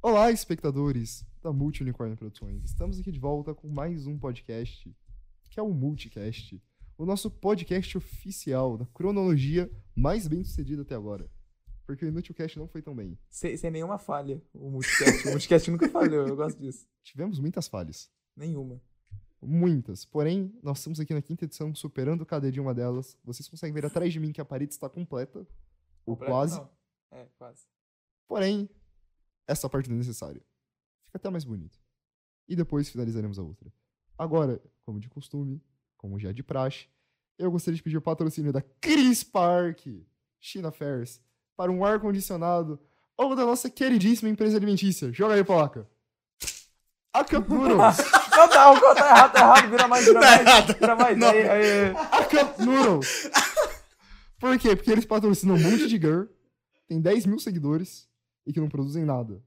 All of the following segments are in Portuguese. Olá, espectadores da Multi Unicorn Produções. Estamos aqui de volta com mais um podcast, que é o Multicast, o nosso podcast oficial da cronologia mais bem sucedida até agora. Porque o Inutilcast não foi tão bem. Sem, sem nenhuma falha, o Multicast. O Multicast nunca falhou, eu gosto disso. Tivemos muitas falhas. Nenhuma. Muitas. Porém, nós estamos aqui na quinta edição, superando cada de uma delas. Vocês conseguem ver atrás de mim que a parede está completa. Ou Completo, quase. não. É, quase. Porém, essa parte não é necessária. Fica até mais bonito. E depois finalizaremos a outra. Agora, como de costume, como já é de praxe, eu gostaria de pedir o patrocínio da Cris Park, China Fairs, para um ar-condicionado ou da nossa queridíssima empresa alimentícia. Joga aí, placa. Acapnuros! Não, tá, o gol tá errado, tá errado. Vira mais, vira Tá é errado. mais. Vira mais. Não. Aí, aí, aí. A Cup Noodles. Por quê? Porque eles patrocinam um monte de girl, tem 10 mil seguidores e que não produzem nada.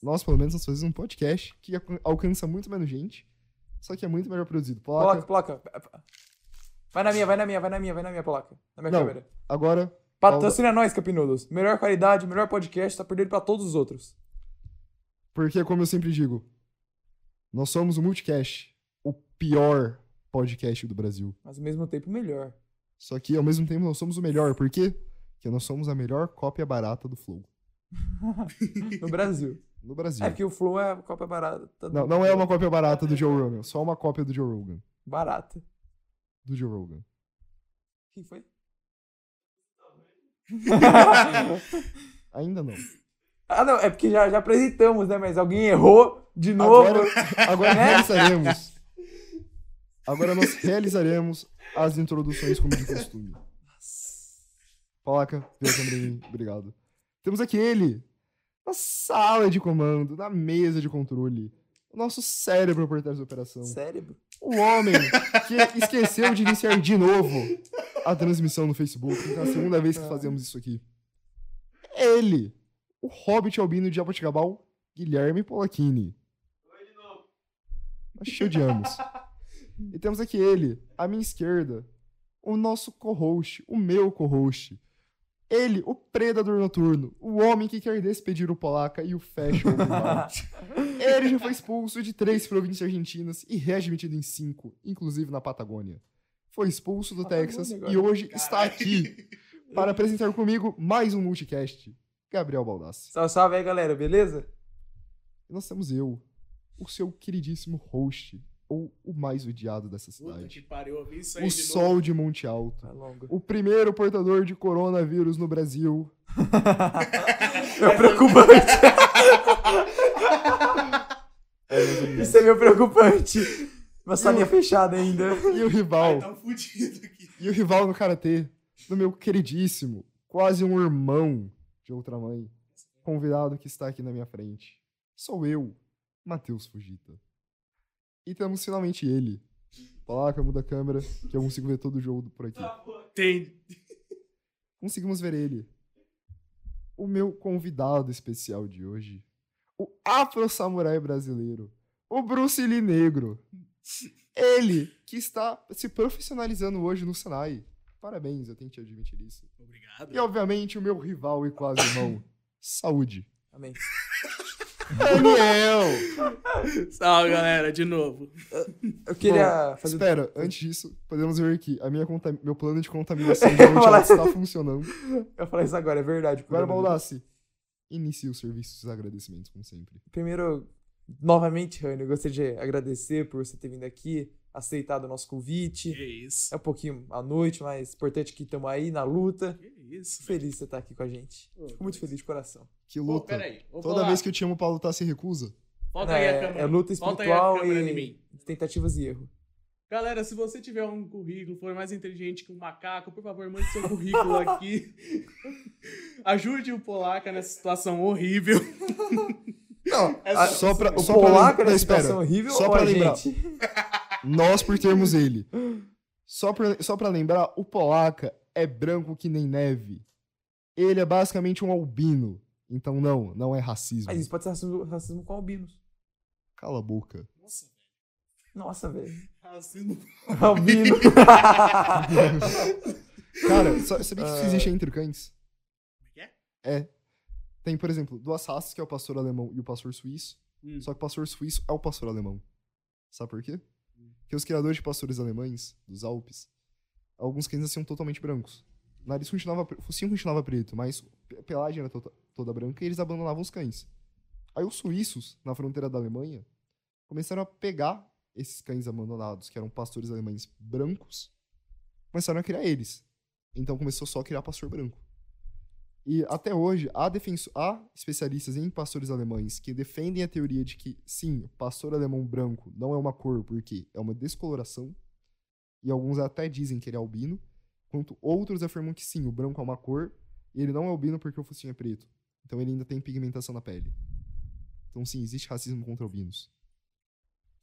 Nós, pelo menos, nós fazemos um podcast que alcan- alcança muito menos gente, só que é muito melhor produzido. Placa, Placa, placa. Vai na minha, vai na minha, vai na minha, vai na minha placa. Na minha Não. câmera. agora, Patrocina nós, Capinudos. Melhor qualidade, melhor podcast, tá perdendo pra todos os outros. porque como eu sempre digo, nós somos o Multicast, o pior podcast do Brasil. Mas ao mesmo tempo, melhor. Só que, ao mesmo tempo, nós somos o melhor. Por quê? Porque nós somos a melhor cópia barata do Flow. No Brasil. No Brasil. É que o Flow é a Copa Barata. do- Não, não é uma cópia barata do Joe Rogan, só uma cópia do Joe Rogan. Barata. Do Joe Rogan. Quem foi? Ainda não. Ah, não, é porque já, já apresentamos, né? Mas alguém errou de novo. Agora, agora Né? realizaremos. Agora nós realizaremos as introduções como de costume. Placa, veja também, obrigado. Temos aqui ele, na sala de comando, na mesa de controle, o nosso cérebro por trás da operação. Cérebro. O homem que esqueceu de iniciar de novo a transmissão no Facebook. Então é a segunda vez que fazemos isso aqui. Ele, o Hobbit Albino de Apoticabal, Guilherme Tá Polacchini. Nós te odiamos. E temos aqui ele, à minha esquerda, o nosso co-host, o meu co-host. Ele, o predador noturno, o homem que quer despedir o Polaca e o fecha o open bar. Ele já foi expulso de três províncias argentinas e readmitido em cinco, inclusive na Patagônia. Foi expulso do Patagônia Texas agora. e hoje está Caralho. aqui para apresentar comigo mais um multicast, Gabriel Baldassi. Salve, salve aí, galera, beleza? E nós temos eu, o seu queridíssimo host, ou o mais odiado dessa Puta cidade. que pariu, eu ouvi isso aí O de sol novo. de Monte Alto. Tá longo. O primeiro portador de coronavírus no Brasil. Meu É preocupante. Isso é meu preocupante. Uma salinha fechada ainda. E o Ai, rival. tá um fudido aqui. E o rival no Karatê, do meu queridíssimo, quase um irmão de outra mãe, convidado que está aqui na minha frente. Sou eu, Matheus Fugita. E temos finalmente ele. Placa, muda a câmera, que eu consigo ver todo o jogo por aqui. Tem. Conseguimos ver ele. O meu convidado especial de hoje. O afro-samurai brasileiro. O Bruce Lee negro. Ele que está se profissionalizando hoje no Senai. Parabéns, eu tenho que te admitir isso. Obrigado. E obviamente o meu rival e quase irmão. Saúde. Amém. Daniel! Salve, galera, de novo. Eu queria fazer. um Espera, antes disso, podemos ver que a minha conta... meu plano de contaminação de noite ela está funcionando. Eu falar isso agora, é verdade. Agora, Bruno. Baldassi, inicie os serviços e agradecimentos, como sempre. Primeiro, novamente, Rani, eu gostaria de agradecer por você ter vindo aqui, aceitado o nosso Que convite. isso. É um pouquinho à noite, mas importante que estamos aí na luta. Que isso. velho. Feliz de você estar aqui com a gente. Fico muito feliz de coração. Que Pô, luta. peraí. Vou Toda falar. vez que eu te amo pra lutar, você recusa? Volta Não, aí a é- câmera. é luta Volta aí a espiritual câmera e- em mim. Tentativas e erro. Galera, se você tiver um currículo, for mais inteligente que um macaco, por favor, mande seu currículo aqui. Ajude o Polaca nessa situação horrível. Não, Essa- É só pra, O só polaco pra, lem- nessa não, situação espera. horrível Só ou pra a lembrar. gente? Nós por termos ele. Só pra, só pra lembrar, o polaca é branco que nem neve. Ele é basicamente um albino. Então não, não é racismo. Mas isso pode ser racismo, racismo com albinos. Cala a boca. Nossa, Nossa, velho. racismo. Albino. Cara, sa- sabia que isso existe entre cães? Como é que é? Tem, por exemplo, duas raças, que é o pastor alemão e o pastor suíço. Hum. Só que o pastor suíço é o pastor alemão. Sabe por quê? Porque os criadores de pastores alemães, dos Alpes, alguns que ainda são totalmente brancos. O nariz continuava, pre- o focinho continuava preto, mas a pelagem era tota- toda branca e eles abandonavam os cães. Aí os suíços, na fronteira da Alemanha, começaram a pegar esses cães abandonados, que eram pastores alemães brancos, começaram a criar eles. Então começou só a criar pastor branco. E até hoje, há, defenso- há especialistas em pastores alemães que defendem a teoria de que, sim, pastor alemão branco não é uma cor porque é uma descoloração. E alguns até dizem que ele é albino. Enquanto outros afirmam que, sim, o branco é uma cor e ele não é albino porque o focinho é preto. Então ele ainda tem pigmentação na pele. Então, sim, existe racismo contra albinos.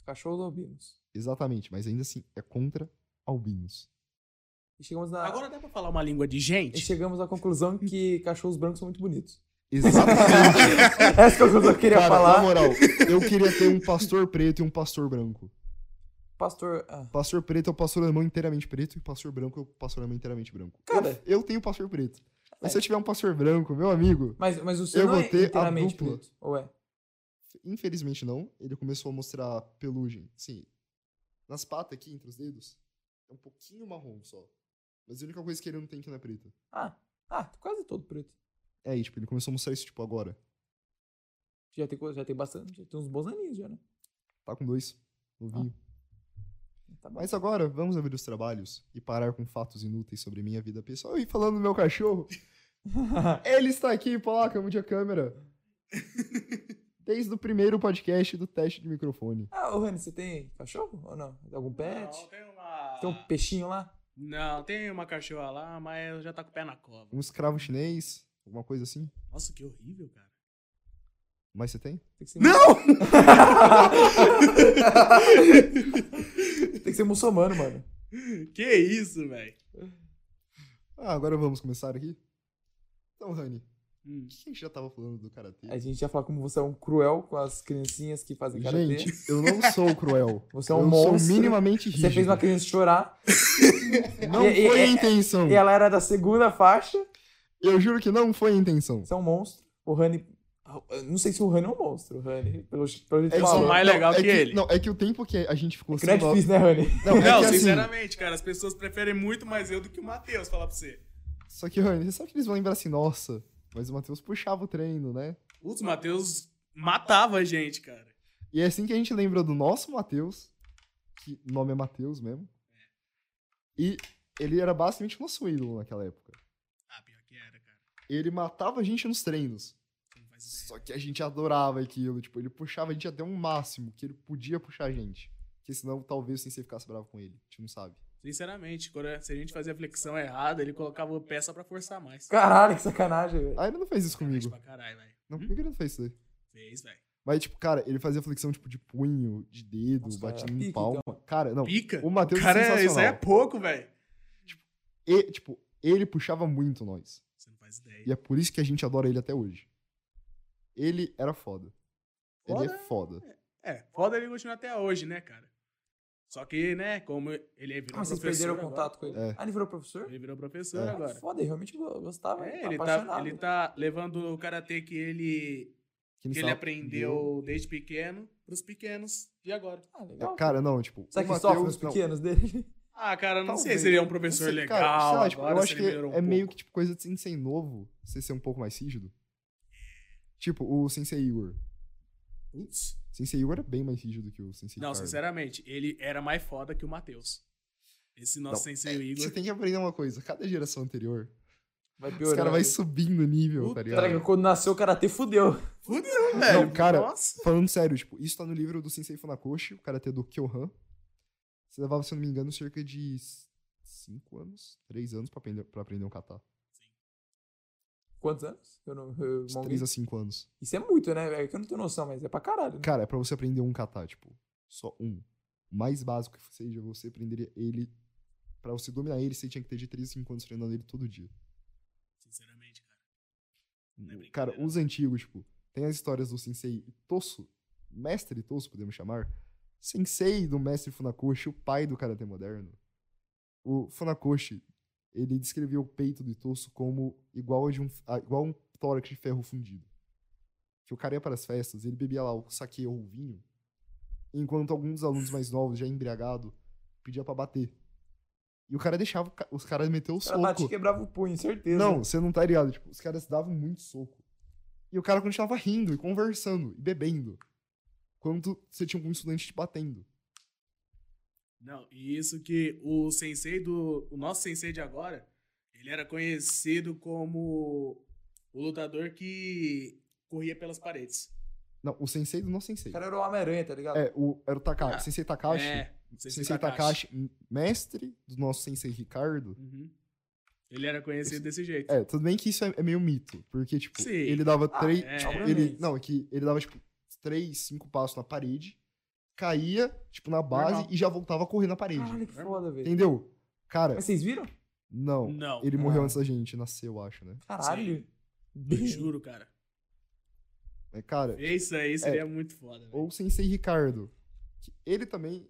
Cachorros albinos. Exatamente, mas ainda assim é contra albinos. E chegamos na. Agora dá pra falar uma língua de E gente? chegamos à conclusão que cachorros brancos são muito bonitos. Exatamente. Essa é a conclusão que eu queria Cara, falar. na moral, eu queria ter um pastor preto e um pastor branco. Pastor. ah, Pastor preto é o pastor alemão inteiramente preto e o pastor branco é o pastor alemão inteiramente branco. Cara. Eu, eu tenho pastor preto. Mas se eu tiver um pastor branco, meu amigo, Mas, mas o seu Eu não é vou ter a inteiramente dupla. preto. Ou é? infelizmente não, ele começou a mostrar pelugem. Sim. Nas patas aqui, entre os dedos, é um pouquinho marrom só. Mas a única coisa que ele não tem que não é preta. Ah, ah, quase todo preto. É, e, tipo, ele começou a mostrar isso, tipo, agora. Já tem, co- já tem bastante, já tem uns bons aninhos já, né? Tá com dois. Novinho. Tá bom. Mas agora, vamos abrir os trabalhos e parar com fatos inúteis sobre minha vida pessoal. E falando do meu cachorro, ele está aqui, Polaca, mude a câmera. Desde o primeiro podcast do teste de microfone. ah, ô Rani, você tem cachorro ou não? Tem algum pet? Não, tem uma... Tem um peixinho lá? Não, tem uma cachorra lá, mas ela já tá com o pé na cova. Um escravo chinês, alguma coisa assim. Nossa, que horrível, cara. Mas você tem? Tem que ser, Não! tem que ser muçulmano, mano. Que isso, velho. Ah, agora vamos começar aqui? Então, Rani, Hum. o que a gente já tava falando do Karatê? A gente já falou como você é um cruel com as criancinhas que fazem karatê. Gente, eu não sou cruel. Você é um eu monstro. sou minimamente rígido. Você fez uma criança chorar Não E- e- foi a e- intenção. e ela era da segunda faixa. Eu juro que não foi a intenção. Você é um monstro. O Rani. eu Não sei se o Rani é um monstro, o Rani. Pelo, pelo jeito que sou falou. mais- legal é que ele. Não, é que o tempo que a gente ficou Que não é sem difícil, né, Rani? Não, é Não, que assim, sinceramente, cara, as pessoas preferem muito mais eu do que o Matheus, falar pra você. Só que, Rony, você sabe que eles vão lembrar assim, nossa, mas o Matheus puxava o treino, né? Putz, o Matheus matava a gente, cara. E é assim que a gente lembra do nosso Matheus, que o nome é Matheus mesmo. E ele era basicamente nosso ídolo naquela época. Ah, pior que era, cara. Ele matava a gente nos treinos. Você não faz ideia. Só que a gente adorava aquilo, tipo, ele puxava a gente até um máximo que ele podia puxar a gente. Porque senão talvez sem você ficasse bravo com ele, a gente não sabe. Sinceramente, quando- se a gente fazia a flexão errada, ele colocava o pé só pra forçar mais. Caralho, que sacanagem, velho. Ah, ele não fez isso Sacanagem comigo. pra caralho, velho. Não, comigo ele não fez isso daí. Fez, velho. Mas, tipo, cara, ele fazia flexão, tipo, de punho, de dedo, Nossa, batendo cara, em pique, então. palma. Cara, não, Pica. O Matheus é então. cara, isso aí é sensacional. pouco, velho. E, tipo, ele puxava muito nós. Você não faz ideia. E é por isso que a gente adora ele até hoje. Ele era foda. Ele é Foda? foda. É, foda ele continuar até hoje, né, cara? Só que, né, como ele é virou Como Ah, vocês professor perderam o agora, contato com ele? É. Ah, ele virou professor? Ele virou professor É. Ah, agora. Foda, eu realmente go- gostava. É, tá ele tá, apaixonado. ele tá levando o karatê que ele, Que que ele sabe- aprendeu desde pequeno pros pequenos de agora. Ah, legal. É, Cara, não, tipo, Será o que ele sofre Matheus- nos não, pequenos dele? Ah, cara, não sei Talvez. se ele é um não professor sei, legal. cara, sei lá, tipo, agora, eu acho se ele que melhorou um é meio que pouco. tipo, coisa de sensei novo, você ser um pouco mais rígido. Tipo, o sensei Igor. Putz. Sensei Igor era bem mais rígido que o sensei Não, Ricardo. sinceramente, ele era mais foda que o Matheus. Esse nosso sensei Igor. Você tem que aprender uma coisa, cada geração anterior, Vai os piorar. caras vai subindo o nível, Puta tá ligado? Será que quando nasceu o Karatê fudeu? Fudeu, velho. cara, Nossa. Falando sério, tipo, isso tá no livro do Sensei Funakoshi, o karatê do Kyohan. Você levava, se eu não me engano, cerca de 5 anos, 3 anos pra aprender, pra aprender um kata. Quantos anos? Eu não, eu, De não 3 vi. a 5 anos. Isso é muito, né? velho? É que eu não tenho noção, mas é pra caralho. né? Cara, é pra você aprender um kata, tipo, só um. O mais básico que seja, você aprenderia ele. Pra você dominar ele, você tinha que ter de 3 a 5 anos treinando ele todo dia. Sinceramente, cara. Não é brincadeira, Cara, os antigos, tipo, tem as histórias do Sensei Itosso, mestre Itosso, podemos chamar, Sensei do mestre Funakoshi, o pai do karatê moderno. O Funakoshi, ele descreveu o peito do Itosso como igual a de um, a- igual a um tórax de ferro fundido. que o cara ia para as festas, ele bebia lá o saque ou o vinho, enquanto alguns alunos mais novos, já embriagado, pedia para bater. E o cara deixava o ca- os caras meter o Ela bate e soco. quebrava o punho, certeza. Não, você não tá ligado. Tipo, os caras davam muito soco. E o cara continuava rindo e conversando e bebendo. Quando você tinha um estudante te batendo. Não, e isso que o sensei do. O nosso sensei de agora, ele era conhecido como o lutador que corria pelas paredes. Não, o sensei do nosso O sensei. cara era o Homem-Aranha, tá ligado? É, o, era o Takashi. Ah, sensei Takashi. É, sensei, Takashi. mestre do nosso sensei Ricardo. Uhum. Ele era conhecido desse jeito. É, tudo bem que isso é, é meio mito. Porque, tipo, Sim. ele dava Ah, três. é. tipo, ele, Obviamente. não, é que ele dava, tipo, três, cinco passos na parede, caía, tipo, na base Normal. e já voltava a correr na parede. Caralho, que foda, velho. Entendeu? Cara, Mas vocês viram? não. Não, Ele morreu Ah. antes da gente nascer, eu acho, né? Caralho. eu juro, cara. Mas, cara, Isso aí seria muito foda. velho. ou É. o Sensei Ricardo. que ele também.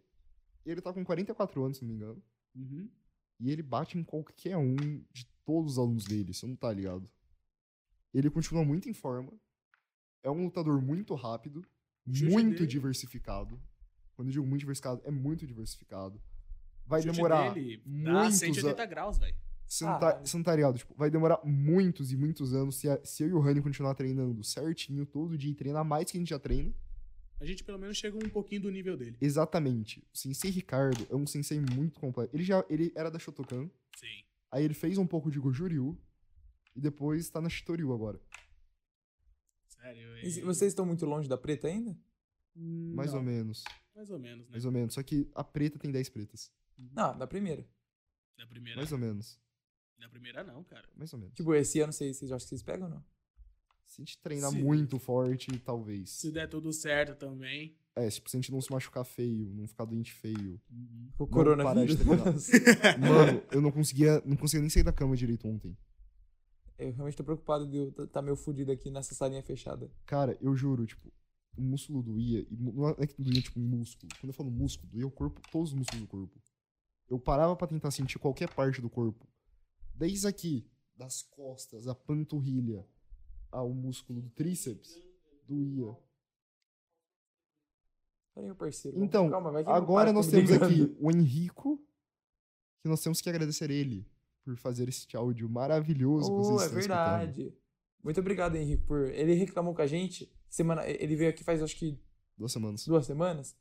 Ele tá com 44 anos, se não me engano. Uhum. E ele bate em qualquer um de todos os alunos dele, você não tá ligado. Ele continua muito em forma. É um lutador muito rápido, chute muito dele- diversificado. Quando eu digo muito diversificado, é muito diversificado. Vai O chute demorar dele Ah. dá muitos anos. 180 graus, velho. Você não, tá, Caralho. você não tá ligado? Tipo, vai demorar muitos e muitos anos se, a- se eu e o Rani continuar treinando certinho, todo dia, e treinar mais que a gente já treina. A gente pelo menos chega um pouquinho do nível dele. Exatamente. O Sensei Ricardo é um sensei muito completo. Ele já ele era da Shotokan, Sim. aí ele fez um pouco de Goju-Ryu, e depois tá na Shitoryu agora. Sério. E se- ele- Vocês estão muito longe da preta ainda? Mais Não, ou menos. Mais ou menos, né? Mais ou menos. Só que a preta tem 10 pretas. Não, da primeira. Da primeira. Mais ou menos. Da primeira não, cara. Mais ou menos. Tipo, esse ano vocês, vocês acham que vocês pegam ou não? Se a gente treinar Se- muito forte, talvez. Se der tudo certo também. É, tipo, se a gente não se machucar feio, não ficar doente feio. Uhum. Com Não, tá o coronavírus. para Mano, eu não conseguia, não conseguia nem sair da cama direito ontem. Eu realmente tô preocupado de eu tá- tá meio fudido aqui nessa salinha fechada. Cara, eu juro, tipo, o músculo doía. E mu- não é que doía, tipo, um músculo. Quando eu falo músculo, doía o corpo, todos os músculos do corpo. Eu parava pra tentar sentir qualquer parte do corpo. Desde aqui, das costas, a panturrilha, ao músculo do tríceps, doía. Peraí, meu parceiro. Então, calma, vai que meu Agora pai tá nós me temos ligando. aqui o Henrico, que nós temos que agradecer ele por fazer este áudio maravilhoso que Oh, vocês é estão escutando. verdade. Muito obrigado, Henrique, por. Ele reclamou com a gente. Semana... Ele veio aqui faz acho que Duas semanas. duas semanas.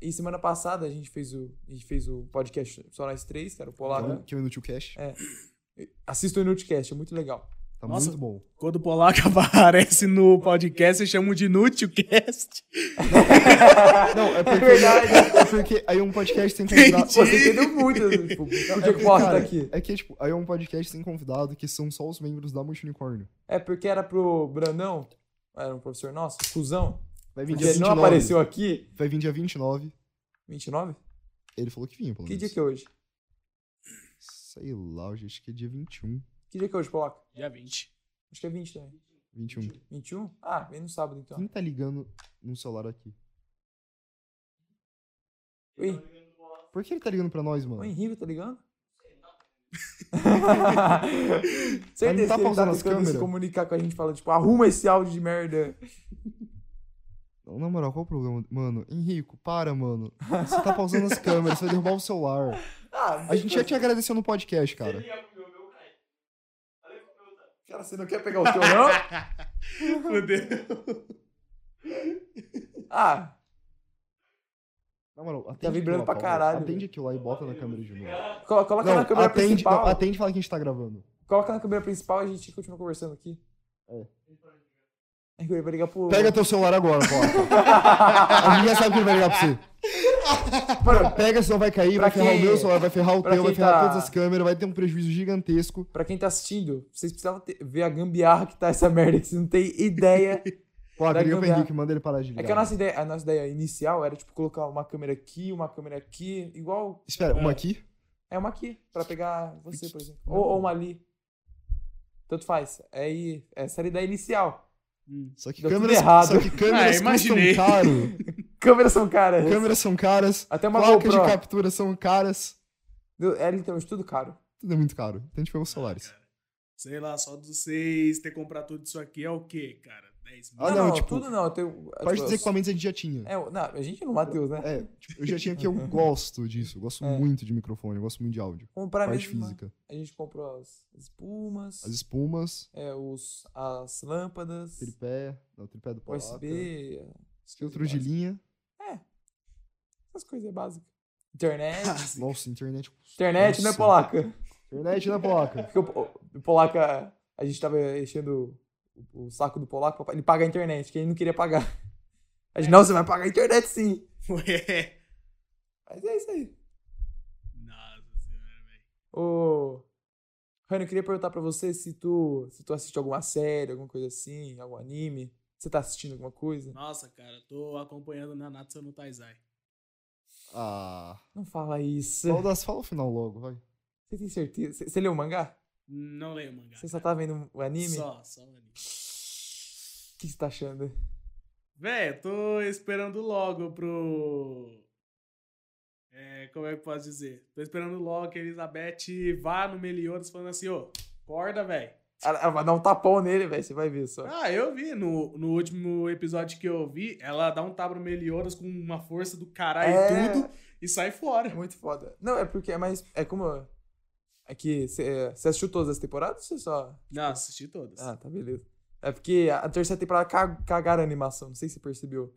E semana passada a gente fez o, a gente fez o podcast só nós três, cara, o Polar. Então, que é o Inútil Cash. É. Assista o Inutcast, é muito legal. Tá Nossa. muito bom. Quando o Polaca aparece no podcast, vocês chamam de Inútilcast. Não, é porque, verdade. é porque aí um podcast tem convidado. Pô, você entendeu muito, tipo, Não, por é que que, o Polar tá cara, aqui? É que, tipo, aí é um podcast sem convidado que são só os membros da Multiunicórnio. É porque era pro Brandão, era um professor nosso, cuzão, Vai vir porque dia ele 29. não apareceu aqui. Vai vir dia 29. 29? Ele falou que vinha, pelo Que menos. dia que é hoje? Sei lá, gente, acho que é dia 21. Que dia que é hoje, Polaco? Dia 20. Acho que é 20 também. 21. 21? Ah, vem no sábado então. Quem tá ligando no celular aqui? Ui, Por que ele tá ligando pra nós, mano? o Henrique tá ligando? Mas não Certeza tá que ele tá pausando as tentando se câmeras? comunicar com a gente, fala tipo, arruma esse áudio de merda. Não, na moral, qual o problema? Mano, Henrico, para, mano. Você tá pausando as câmeras, você vai derrubar o celular. Ah, A gente já te agradeceu no podcast, cara. Cara, você não quer pegar o teu, não? Fudeu. Ah, Na moral, atende Tá vibrando aquilo lá, pra Paulo. caralho, Atende aquilo lá e bota na câmera de novo. colo- coloca Não, na câmera atende, é principal. não, atende e fala que a gente tá gravando. Coloca na câmera principal e a gente continua conversando aqui. É. É que ele vai ligar pro. Pega tá. teu celular agora, Paulo. A gente já sabe que ele vai ligar pra você. Mano, Pega, senão vai cair, Pra vai ferrar quem- o meu celular, vai ferrar o pra teu, vai quem ferrar tá- todas as câmeras, vai ter um prejuízo gigantesco. pra quem tá assistindo, vocês precisavam ter- ver a gambiarra que tá essa merda, que vocês não têm ideia. Pô, agrega o ganhar. Henrique, manda ele parar de ligar. tá? É que a nossa ideia, a nossa ideia inicial era, tipo, colocar uma câmera aqui, uma câmera aqui, igual. Espera, uma aqui? É uma aqui, pra pegar você, por exemplo. Ou, ou uma ali. Tanto faz. É aí. Essa era a ideia inicial. Só que Deu tudo câmeras, errado. só que câmeras custam imaginei. caro. Câmeras são caras. Câmeras são caras. Até É uma Placas de GoPro. captura são caras. Deu- É literalmente tudo caro. Tudo é muito É, caro. Então a gente pegou os celulares. Sei lá, só de vocês ter comprado tudo isso aqui é o quê, cara? 10 mil. Ah, não, não, não, tipo, tudo não. Eu tenho, Parte dos eu- equipamentos a gente já tinha. é, não, a gente não, Matheus, né? É, tipo, eu já tinha porque eu gosto disso. Eu gosto É. muito de microfone, eu gosto muito de áudio. Comprar parte mesmo. física. A gente comprou as as espumas, As espumas, é, os, as lâmpadas, tripé, não, tripé do polaca, USB, as filtro de coisas linha. básicas. Essas coisas básicas. Internet. Básica. Nossa, internet. Internet, né, Nossa. polaca? Internet na placa. Porque o, po- o polaca, a gente tava enchendo o, o saco do polaco pra pa- ele pagar a internet, que ele não queria pagar. A gente, não, você vai pagar a internet sim. Ué. Mas é isso aí. Nossa senhora, velho. Ô, Rani, eu queria perguntar pra você se tu, se tu assiste alguma série, alguma coisa assim, algum anime. Você tá assistindo alguma coisa? Nossa, cara, tô acompanhando Nanatsu no Taizai. Ah. Não fala isso. Fala, das, fala o final logo, vai. Você tem certeza? Você- Você leu o mangá? Não leio mangá. Você só tá vendo o anime? Só, só o anime. O que você tá achando? Véi, tô esperando logo pro. É, como é que eu posso dizer? Tô esperando logo que a Elizabeth vá no Meliodas falando assim, ô, acorda, véi. Ela ela vai dar um tapão nele, velho. Você vai ver só. Ah, eu vi. No, no último episódio que eu vi, ela dá um tapa no Meliodas com uma força do caralho É. e tudo e sai fora. É muito foda. Não, é porque é mais. É como. É que você assistiu todas as temporadas ou você só. Não, assisti todas. Ah, tá, beleza. É porque a a terceira temporada ca- cagaram a animação, não sei se você percebeu.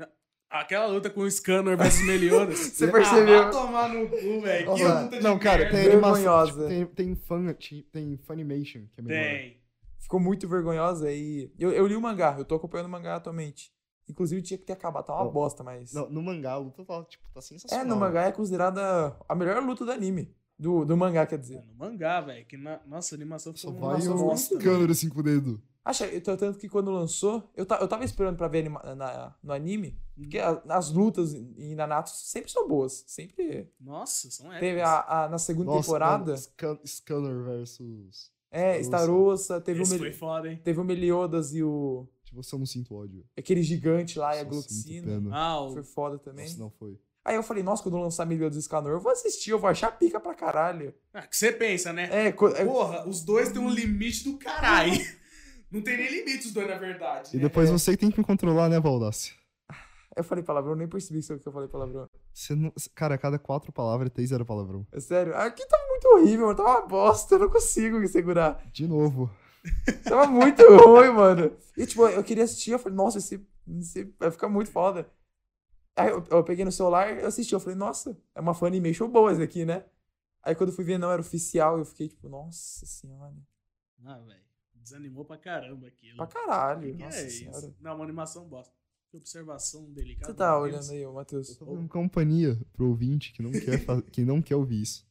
Aquela luta com o Scanner versus Meliodas. Você percebeu? Ah, vai tomar no cu, velho. Que Nossa, luta de não, cara, merda. tem animação. Vergonhosa. tipo, tem, tem, fun, ti- tem Funimation, que é melhor. Tem. Ficou muito vergonhosa e. Eu, eu li o mangá, eu tô acompanhando o mangá atualmente. Inclusive tinha que ter acabado, tá uma Ó, bosta, mas. Não, no mangá, a luta tá, tipo, tá é, sensacional. no mangá é considerada a melhor luta do anime. Do, do mangá, quer dizer. É, No mangá, velho. Que na... Nossa, a animação Só ficou vai uma um o bosta, câmera cinco dedos. Acha, eu tô- tanto que quando lançou, eu, ta- eu tava esperando pra ver anima- na- no anime, porque a- Uhum. as lutas em em Nanatsu sempre são boas, sempre Nossa, são épicas. Teve a, a- na segunda Nossa, temporada, mano, Scan- Scanner versus. é, Starossa. Starossa, teve, um o Esse Mel- foi foda, hein? teve o Meliodas e o. Tipo, se eu não sinto ódio. aquele gigante lá e a Só sinto Gluxina. pena. Ah, o... Foi foda é também. Nossa, não foi. Aí eu falei, nossa, quando lançar Meliodas e Scanor, eu vou assistir, eu vou achar pica pra caralho. ah, que você pensa, né? É, co- é- Porra, os dois têm um limite do caralho. Não tem nem limite os dois, na verdade. E É, né? depois você que tem que me controlar, né, Valdácia? eu falei palavrão, nem percebi que eu falei palavrão. Você não... Cara, a cada quatro palavras, três era palavrão. É sério, aqui tava muito horrível, mano, tava uma bosta, eu não consigo me segurar. De novo. Tava muito ruim, mano. E tipo, eu queria assistir, eu falei, nossa, esse, esse vai ficar muito foda. Aí eu, eu peguei no celular, eu assisti, eu falei, nossa, é uma fanimation boa esse aqui, né? Aí quando eu fui ver, não era oficial, eu fiquei tipo, nossa senhora, Ah, velho. Desanimou pra caramba aquilo. pra Que caralho, que nossa é senhora. isso? Não, uma animação bosta. Que observação delicada. Você tá meu Deus. olhando aí, ô, Matheus? Tô dando companhia pro ouvinte que não quer, fa- que não quer ouvir isso.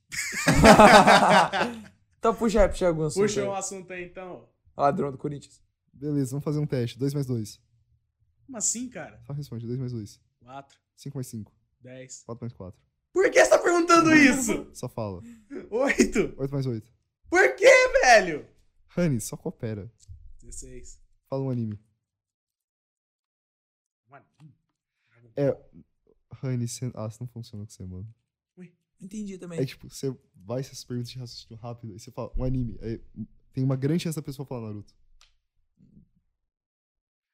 então puxa aí, puxa aí algum assunto Puxa um aí. assunto aí, então. Ladrão do Corinthians. Beleza, vamos fazer um teste. 2 mais 2. Como assim, cara? Só responde, 2 mais 2. 4, 5 mais 5. 10. 4 mais 4. Por que você tá perguntando isso? Só fala. 8. 8 mais 8. Por que, velho? Honey, só coopera. 16. Fala um anime. Um Mano, Dragon É. Ball. Honey, cê... ah, isso não funciona com você, mano. Entendi também. É tipo, você vai essas perguntas de raciocínio rápido e você fala, um anime. Aí, tem uma grande chance da pessoa falar Naruto.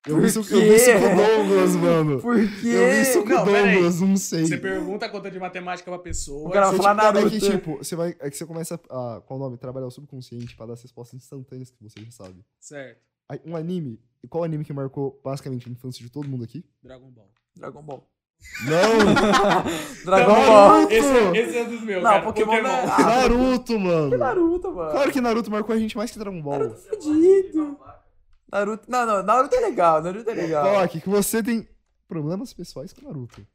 Eu Por vi, isso, eu vi isso quê? com o Douglas, mano. Por quê? Eu vi isso com Não, o pera aí. Douglas, não sei. Você pergunta a conta de matemática pra pessoa. O cara Você, vai falar tipo, Naruto. É que, tipo, você vai, é que você começa a, qual o nome? Trabalhar o subconsciente pra dar as respostas instantâneas que você já sabe. Certo. Aí, Um anime, e qual anime que marcou basicamente a infância de todo mundo aqui? Dragon Ball. Dragon Ball. Não! Dragon Não, Ball. Naruto! Esse, esse é dos meus, Não, cara. Pokémon não. é- Naruto, mano! Ah, Naruto, mano. Claro que Naruto marcou a gente mais que Dragon Ball. Fudido. Naruto. Não, não, Naruto é legal, Naruto é legal. Doc, que você tem problemas pessoais com Naruto.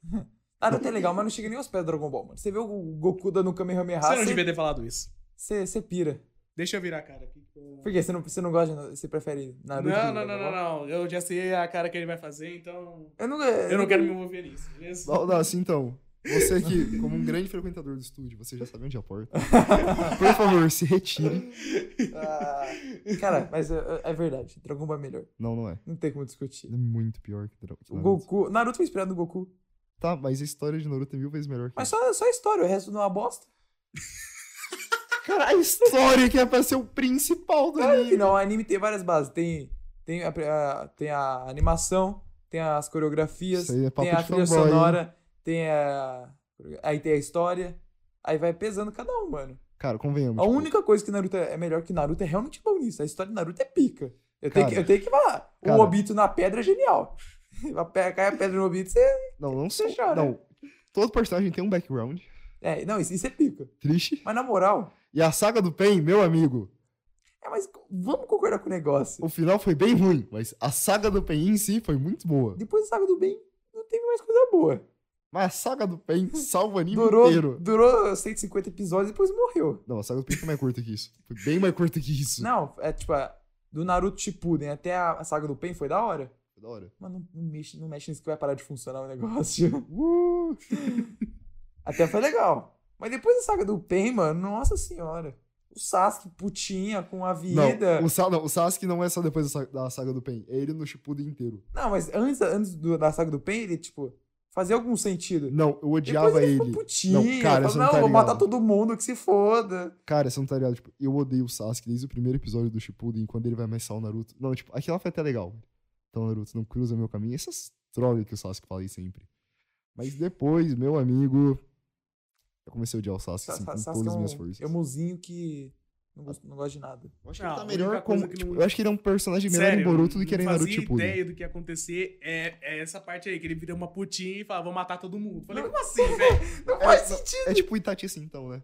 Naruto é legal, mas não chega nem aos pés do Dragon Ball, mano. Você vê o Goku dando um Kamehameha, Você não você- devia ter falado isso. você você pira. Deixa eu virar a cara aqui. que eu- Por quê? Você não, você não gosta, de Naruto? você prefere Naruto? Não, do não, Dragon não, não, Ball? não. Eu já sei a cara que ele vai fazer, então. Eu não, Eu não quero me envolver nisso, beleza? Baldaço, então. Você que, como um grande frequentador do estúdio, você já sabe onde é a porta. Por favor, se retire. Ah, cara, mas é, é verdade. Dragon Ball é melhor. Não, não é. Não tem como discutir. É muito pior que Dra- que O Naruto. Goku. Naruto foi inspirado no Goku. Tá, mas a história de Naruto é mil vezes melhor que Mas só, só a história, o resto não é uma bosta. Cara, a história que é pra ser o principal do Claro que anime. não, o anime tem várias bases. Tem tem a, pre- a- tem a animação, tem as coreografias, Isso aí é papo tem a de trilha fanboy, hein? sonora, tem a. Aí tem a história. Aí vai pesando cada um, mano. Cara, convenhamos. A tipo, única coisa que Naruto é é melhor que Naruto é realmente bom nisso. A história de Naruto é pica. Eu, tenho, que, Cara. eu tenho que falar. Cara. O Obito na pedra é genial. A pe- Cai a pedra no Obito, você. Não, não Você sou. chora. Não. Todo personagem tem um background. É, não, isso, isso é pica. Triste. Mas na moral, E a saga do Pain, meu amigo. é, mas vamos concordar com o negócio. O final foi bem ruim, mas a saga do Pain em si foi muito boa. Depois da saga do bem, não teve mais coisa boa. Mas a saga do Pain salva o anime Durou, inteiro. durou 150 episódios e depois morreu. Não, a saga do Pain foi mais curta que isso. Foi bem mais curta que isso. Não, é tipo, a- do Naruto Shippuden até a, a saga do Pain foi da hora. Da hora. Mas não, não mexe, não mexe nisso que vai parar de funcionar o negócio. Uh! Até foi legal. Mas depois da saga do Pain, mano, nossa senhora. O Sasuke putinha com a vida. Não, Não, o Sa- não, o Sasuke não é só depois da sa- da saga do Pain. É ele no Shippuden inteiro. mas antes, antes do- da saga do Pain, ele, tipo, fazia algum sentido. Não, eu Depois odiava ficou ele. putinha. Não, cara, falou, você não, não tá vou matar ligado." todo mundo, que se foda. Cara, você não tá ligado? Tipo, eu odeio o Sasuke desde o primeiro episódio do Shippuden, quando ele vai ameaçar o Naruto. Não, tipo, aquilo lá foi até legal. Então, Naruto, não cruza meu caminho. Essas drogas que o Sasuke fala aí sempre. Mas depois, meu amigo... Eu comecei a odiar o Sasuke, Sa- assim, Sa- com Sasuke todas é as minhas um forças. emozinho que não gosto, não gosto de nada. Eu acho que ele Não, tá a melhor única coisa como- que não- tipo, eu acho que ele é um personagem melhor em Boruto do que era em não Naruto fazia Shippuden. ideia do que ia acontecer. É, é essa parte aí, que ele vira uma putinha e fala, vou matar todo mundo. Falei, Não. como assim, velho? Não É, faz não, sentido. É tipo o Itachi assim, então, né?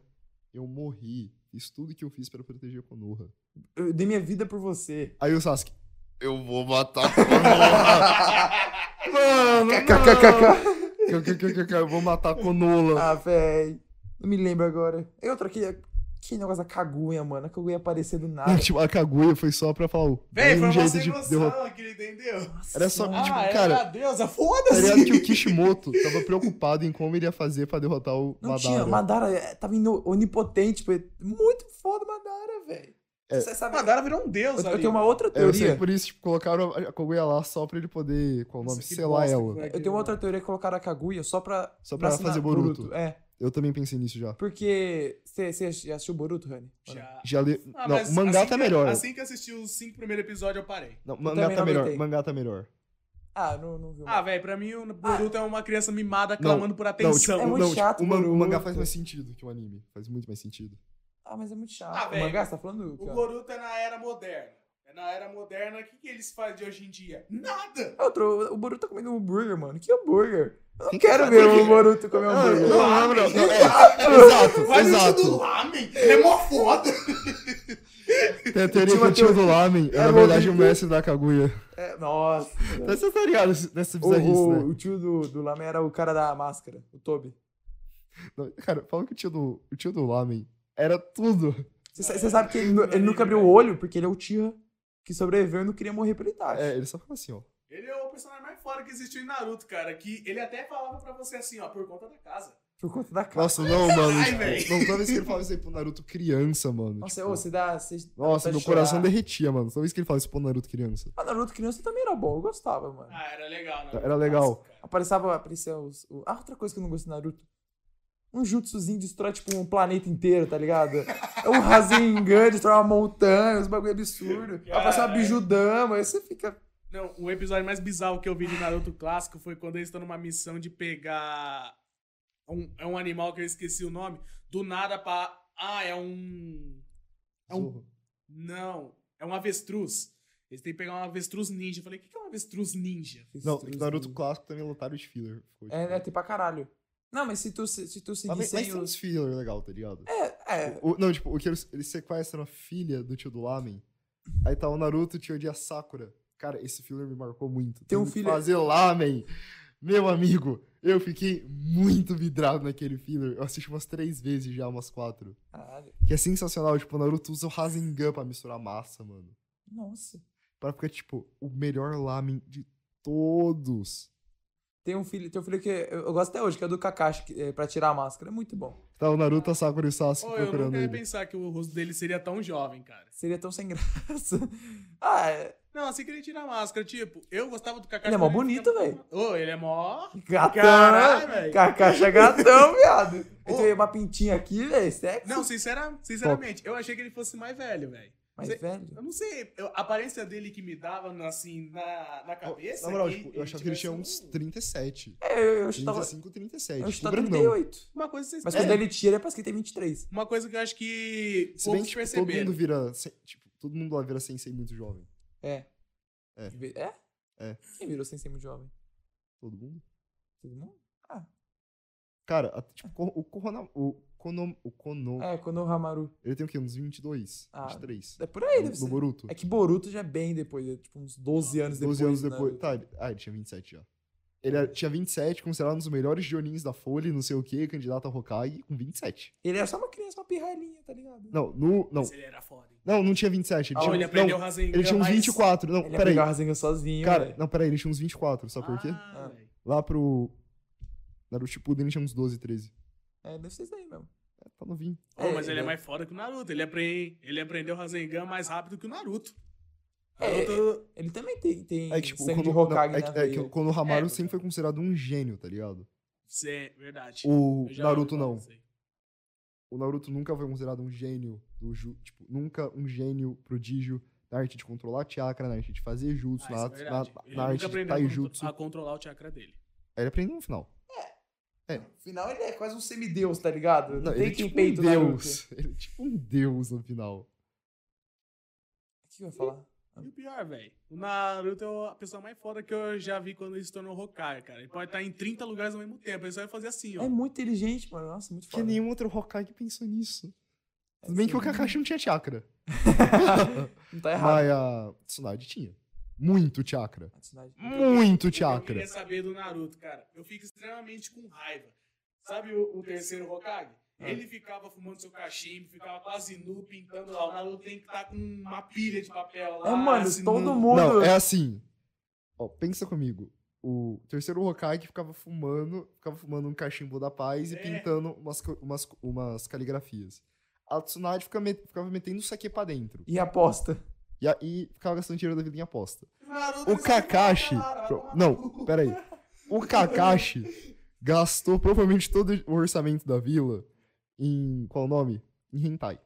Eu morri. Fiz tudo que eu fiz pra proteger o Konoha. Eu dei minha vida por você. Aí o Sasuke... Eu vou matar o Konoha. Mano, KKKK. não. KKKK, Eu vou matar Konoha. Ah, véi. Não me lembro agora. É outra que. Que negócio da Kaguya, mano. A Kaguya apareceu do nada. Não, tipo, a Kaguya foi só pra falar. "Oh, Véi, tem Ah. foi um uma jeito sem de derrotar. noção aquele, entendeu? Nossa era só- senhora. Tipo, Ah, cara, era a deusa, Tá ligado que o foda-se! Kishimoto tava preocupado em como ele ia fazer pra derrotar o Não tinha. Madara. Madara é, tava ino- onipotente. Tipo, é muito foda Madara, velho. É. Você A sabe. Madara virou um deus Eu, eu ali. tenho uma outra É, eu sei que teoria. por isso, tipo, colocaram a a Kaguya lá só pra ele poder, qual o Nossa, nome, que selar bosta ela. que foi Eu tenho uma outra teoria que colocaram a Kaguya só pra. Só pra assinar fazer Boruto. É. Eu também pensei nisso já. Porque. Você já assistiu Boruto, Rani? Já. Já li... Ah, não, mas mangá assim tá que- melhor. Assim que assisti os cinco primeiros episódios, eu parei. Não, também mangá não tá melhor. aguentei. Mangá tá melhor. Ah, não, não viu. Ah, velho, pra mim o Boruto é uma criança mimada Não, clamando por Não, tipo, atenção. É muito não, tipo, chato, o, man- o Boruto. mangá faz mais sentido que o anime. Faz muito mais sentido. Ah, mas é muito chato. Ah, o velho, mangá, você tá falando? O Kyo? Boruto é na era moderna. É na era moderna, o que, que eles fazem de hoje em dia? Nada! É Outro, o Boruto tá comendo um hambúrguer, mano. Que hambúrguer? Eu não Tem que quero fazer ver o hambúrguer. Boruto comer um Não, Ah, não, hambúrguer. não, não, não, é, Exato, Vai no tio do exato. Lamen, ele é mó foda! Tem a teoria Tinha que uma o tio do teoria- Lamen é, É, na verdade, o Boruto. mestre da Kaguya. É, nossa. Mas Você tá ligado nesse- nessa o, bizarrice, o, né? o tio do, do Lame era o cara da máscara, o Toby. Não, Cara, fala que o tio do, o tio do Lamen era tudo. Você É. sa- você sabe que ele, nu- ele nunca abriu o olho porque ele é o Tira que sobreviveu e não queria morrer pra ele tá. É, ele só fala assim, ó. Ele é o personagem mais foda que existiu em Naruto, cara. Que ele até falava pra você assim, ó, por conta da casa. Por conta da cara. Nossa, não, mano. Ai, tipo, velho. não, toda vez que ele falava isso aí pro Naruto criança, mano. Nossa, tipo, ô, você dá. Você dá nossa, vontade meu de coração chorar. derretia, mano. Toda vez que ele falava isso pro Naruto criança. Ah, Naruto criança também era bom, eu gostava, mano. Ah, era legal, né? Era legal. Nossa, cara. Aparecia, aparecia os. o- Ah, outra coisa que eu não gosto de Naruto. Um jutsuzinho destrói, tipo, um planeta inteiro, tá ligado? É um Rasengan, destrói uma montanha, uns bagulho absurdo. Aparece uma Caralho. bijudama, aí você fica. Não, o episódio mais bizarro que eu vi de Naruto clássico foi quando eles estão numa missão de pegar um, é um animal que eu esqueci o nome. Do nada pra. Ah, é um. É um Zorro. Não, é um avestruz. Eles têm que pegar um avestruz ninja. Eu falei, o que que é um avestruz ninja? Não, o Naruto clássico também é lotaram de filler. Ficou, É, tipo, né, tem pra caralho. Não, mas se tu, se se tu seguir Mas, mas sem tem uns os. filler legal, tá ligado? É, O- não, tipo, o que eles, eles sequestram a filha do tio do Lamen. Aí tá o Naruto, o tio de a Sakura. Cara, esse filler me marcou muito. Tem um que filler- Fazer Lamen. Meu amigo, eu fiquei muito vidrado naquele filler. Eu assisti umas três vezes já, umas quatro. caralho. Que é sensacional. Tipo, o Naruto usa o Rasengan pra misturar massa, mano. Nossa. Pra ficar, tipo, o melhor Lamen de todos. Tem um filho, tem um filho que eu, eu gosto até hoje, que é do Kakashi, que, é, pra tirar a máscara. É muito bom. Tá o Naruto, a Sakura e o Sasuke Pô, eu procurando nunca ia ele. pensar que o rosto dele seria tão jovem, cara. Seria tão sem graça. Ah, é. Não, assim que ele tira a máscara, tipo, eu gostava do Kakashi. Ele é mó quando bonito, fica- velho. Ô, ele é mó. Gatão, Caralho, né? velho. Kakashi é gatão, viado. Eu Ô. tenho uma pintinha aqui, velho, sexy. Não, sincera- sinceramente, eu achei que ele fosse mais velho, velho. Mas, Cê- velho. Eu não sei, eu- a aparência dele que me dava assim na, na cabeça. é Na moral, que tipo, eu achava que ele tinha uns tivesse um- 37. É, eu, eu chutava. 35, 37. Eu Tipo, chutava grandão. 38. Uma coisa que vocês Mas É. quando ele tira, parece que ele tem 23. Uma coisa que eu acho que Se bem poucos que tipo, todo perceberam. mundo vira. sen- Tipo, todo mundo lá vira sensei muito jovem. É. É. É? É. Quem virou sem ser muito jovem? Todo mundo. Todo mundo? Cara, a- tipo, co- o Corona. O Kono. O Kono. É, quando o Hamaru. Ele tem o quê? Uns 22? Ah, 23. É por aí, do, deve do ser. Boruto. É que Boruto já é bem depois, é tipo uns 12 anos 12 depois. anos né? depois. Tá, ele- ah, ele tinha 27 já. Ele era- tinha 27, considerado um dos melhores Jonins da Folha, não sei o quê, candidato a Hokage, com 27. Ele era só uma criança, uma pirralhinha, tá ligado? Não, no, não, Mas ele era foda. hein? não, não tinha 27. Ele Ah, tinha, um- ele não, aprendeu o Rasengan. ele tinha uns mais- 24. Não, Ele ia peraí. pegar o Rasengan sozinho, Cara, velho. não, peraí, ele tinha uns 24, sabe por quê? Ah, Ah. velho. Lá pro Naruto Shippuden ele tinha uns 12, 13. É, deve ser isso aí mesmo. É, tá novinho. Pô, É, mas ele é ele- mais foda que o Naruto. Ele, aprende, ele aprendeu o Rasengan mais rápido que o Naruto. É, Naruto- Ele também tem, tem É que, tipo, sangue quando, de Hokage não, é, na que- é que veia. quando o Hamaru É. sempre foi considerado um gênio, tá ligado? Isso é verdade. O Eu já ouvi Naruto falar não. disso aí. O Naruto nunca foi considerado um gênio do ju, tipo, nunca um gênio prodígio na arte de controlar chakra, na arte de fazer jutsu, Ah, na, isso é na, verdade. Ele na nunca arte de aprendeu Ah. a taijutsu. contro- a controlar o chakra dele. Ele aprendeu no final. No final ele é quase um semideus, tá ligado? Não, Não, tem ele é quem tipo um peito deus. Ele é tipo um deus no final. O que eu ia falar? E o pior, velho, o Naruto é a pessoa mais foda que eu já vi quando ele se tornou Hokage, cara. Ele pode estar em 30 lugares ao mesmo tempo, ele só vai fazer assim, ó. É muito inteligente, mano. Nossa, muito Porque foda. nenhum outro Hokage pensou nisso. É Tudo bem que o assim, Kakashi não tinha chakra. Não tá errado. Mas a Tsunade tinha. Muito chakra. Atsunade. Muito Eu queria chakra. saber do Naruto, cara. Eu fico extremamente com raiva. Sabe o, o terceiro Hokage? Ah. Ele ficava fumando seu cachimbo, ficava quase nu, pintando lá. O Naruto tem que estar com uma pilha de papel lá. Ah, assim, É, mano, assinando. todo mundo. Não, é assim. Ó, pensa comigo. O terceiro Hokage ficava fumando, ficava fumando um cachimbo da paz e É. pintando umas, co- umas, umas caligrafias. A Tsunade fica met- ficava metendo isso aqui pra dentro. E aposta. E aí ficava gastando dinheiro da vida em aposta. O, Naruto, é O ele só fica é Kakashi. lá, lá, pro- lá, Não, peraí. O Kakashi gastou provavelmente todo o orçamento da vila em. Qual o nome? Em Hentai.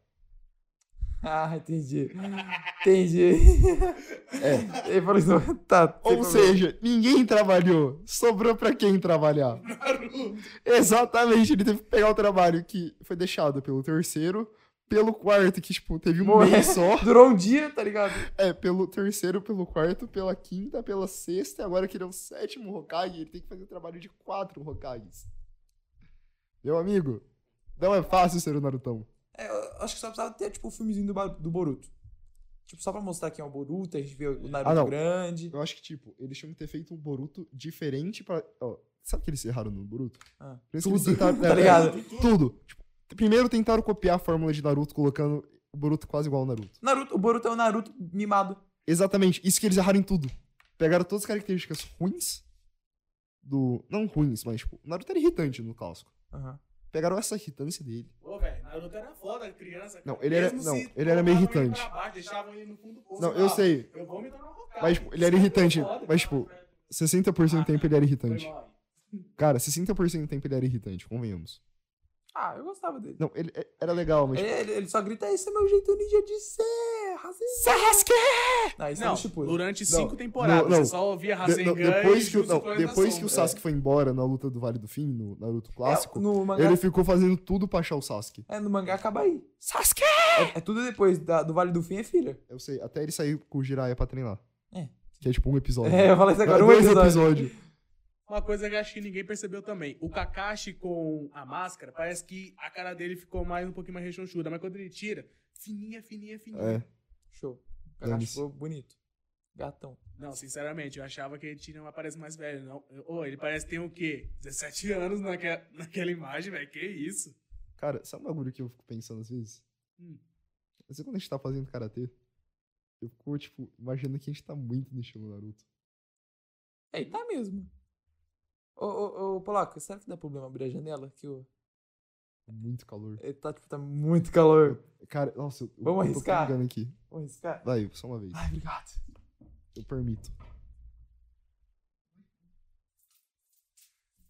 Ah, entendi. Entendi. É. Ele falou isso. Tá. sem Ou problema. seja, ninguém trabalhou. Sobrou pra quem trabalhar. Naruto. Exatamente, ele teve que pegar o trabalho que foi deixado pelo terceiro, pelo quarto, que, tipo, teve um Morreu. mês só. Durou um dia, tá ligado? É, pelo terceiro, pelo quarto, pela quinta, pela sexta, e agora que ele é o sétimo Hokage, ele tem que fazer o trabalho de quatro Hokages. Meu amigo, não é fácil ser o Narutão. É, eu acho que só precisava ter, tipo, o filmezinho do, Ba- do Boruto. Tipo, só pra mostrar quem é o Boruto, a gente vê o Naruto Ah, não. grande. Eu acho que, tipo, eles tinham que ter feito um Boruto diferente pra... Ó, sabe que eles erraram no Boruto? Ah, Por isso que tudo, eles tentaram- é, tá ligado? Tudo. Tipo, primeiro tentaram copiar a fórmula de Naruto, colocando o Boruto quase igual ao Naruto. Naruto, o Boruto é o Naruto mimado. Exatamente, isso que eles erraram em tudo. Pegaram todas as características ruins do. Não ruins, mas tipo, o Naruto era irritante no clássico. Aham. Pegaram essa irritância dele. Ô, velho, Naruto era foda, criança. cara. Não, ele era- Mesmo não, se ele era meio colocavam ele irritante. pra baixo, deixavam ele no fundo do poço, Ah, Não, ele eu falava, sei. Eu vou me dar uma rocada. Mas, tipo, ele era irritante, mas, tipo, 60% do tempo ele era irritante. Cara, 60% do tempo ele era irritante, convenhamos. Ah, eu gostava dele. Não, ele é- era legal, mas. Ele, ele- ele só grita, esse é meu jeito ninja de ser. tipo, Rasengan." Sasuke! Não, isso é Não, do Shippuden. durante Não, cinco é, temporadas, não, você só ouvia De- Rasengan não, depois e que, o- Jutsu não, Clone da depois que o Sombra. Sasuke foi embora na luta do Vale do Fim, no Naruto É, clássico, no mangá, ele ficou fazendo tudo pra achar o Sasuke. é, no mangá acaba aí. Sasuke! É, é tudo depois da- do Vale do Fim, é filha. Eu sei, até ele sair com o Jiraiya pra treinar. É. Que é tipo um episódio. É, eu falei isso agora, um Dois episódio. episódios. Uma coisa que eu acho que ninguém percebeu também. O Kakashi com a máscara, parece que a cara dele ficou mais um pouquinho mais rechonchuda, mas quando ele tira, fininha, fininha, fininha. É. Show. O Dane-se. Kakashi ficou bonito. Gatão. Não, sinceramente, eu achava que ele tinha uma parece mais velho, não. Ô, ele parece que tem o quê? 17 anos naquela, naquela imagem, velho. Que isso? Cara, sabe um bagulho que eu fico pensando às vezes? Hum. Às vezes quando a gente tá fazendo karatê, eu fico, tipo, imaginando que a gente tá muito no estilo Naruto. É, e tá mesmo. Ô, ô, ô, Polaco, será que dá problema abrir a janela? Que o... É Muito calor. é, tá, tipo, tá muito calor. Cara, nossa, eu, Vamos eu arriscar? tô pingando aqui. Vou arriscar. Vai, só uma vez. Ai, obrigado. Eu permito.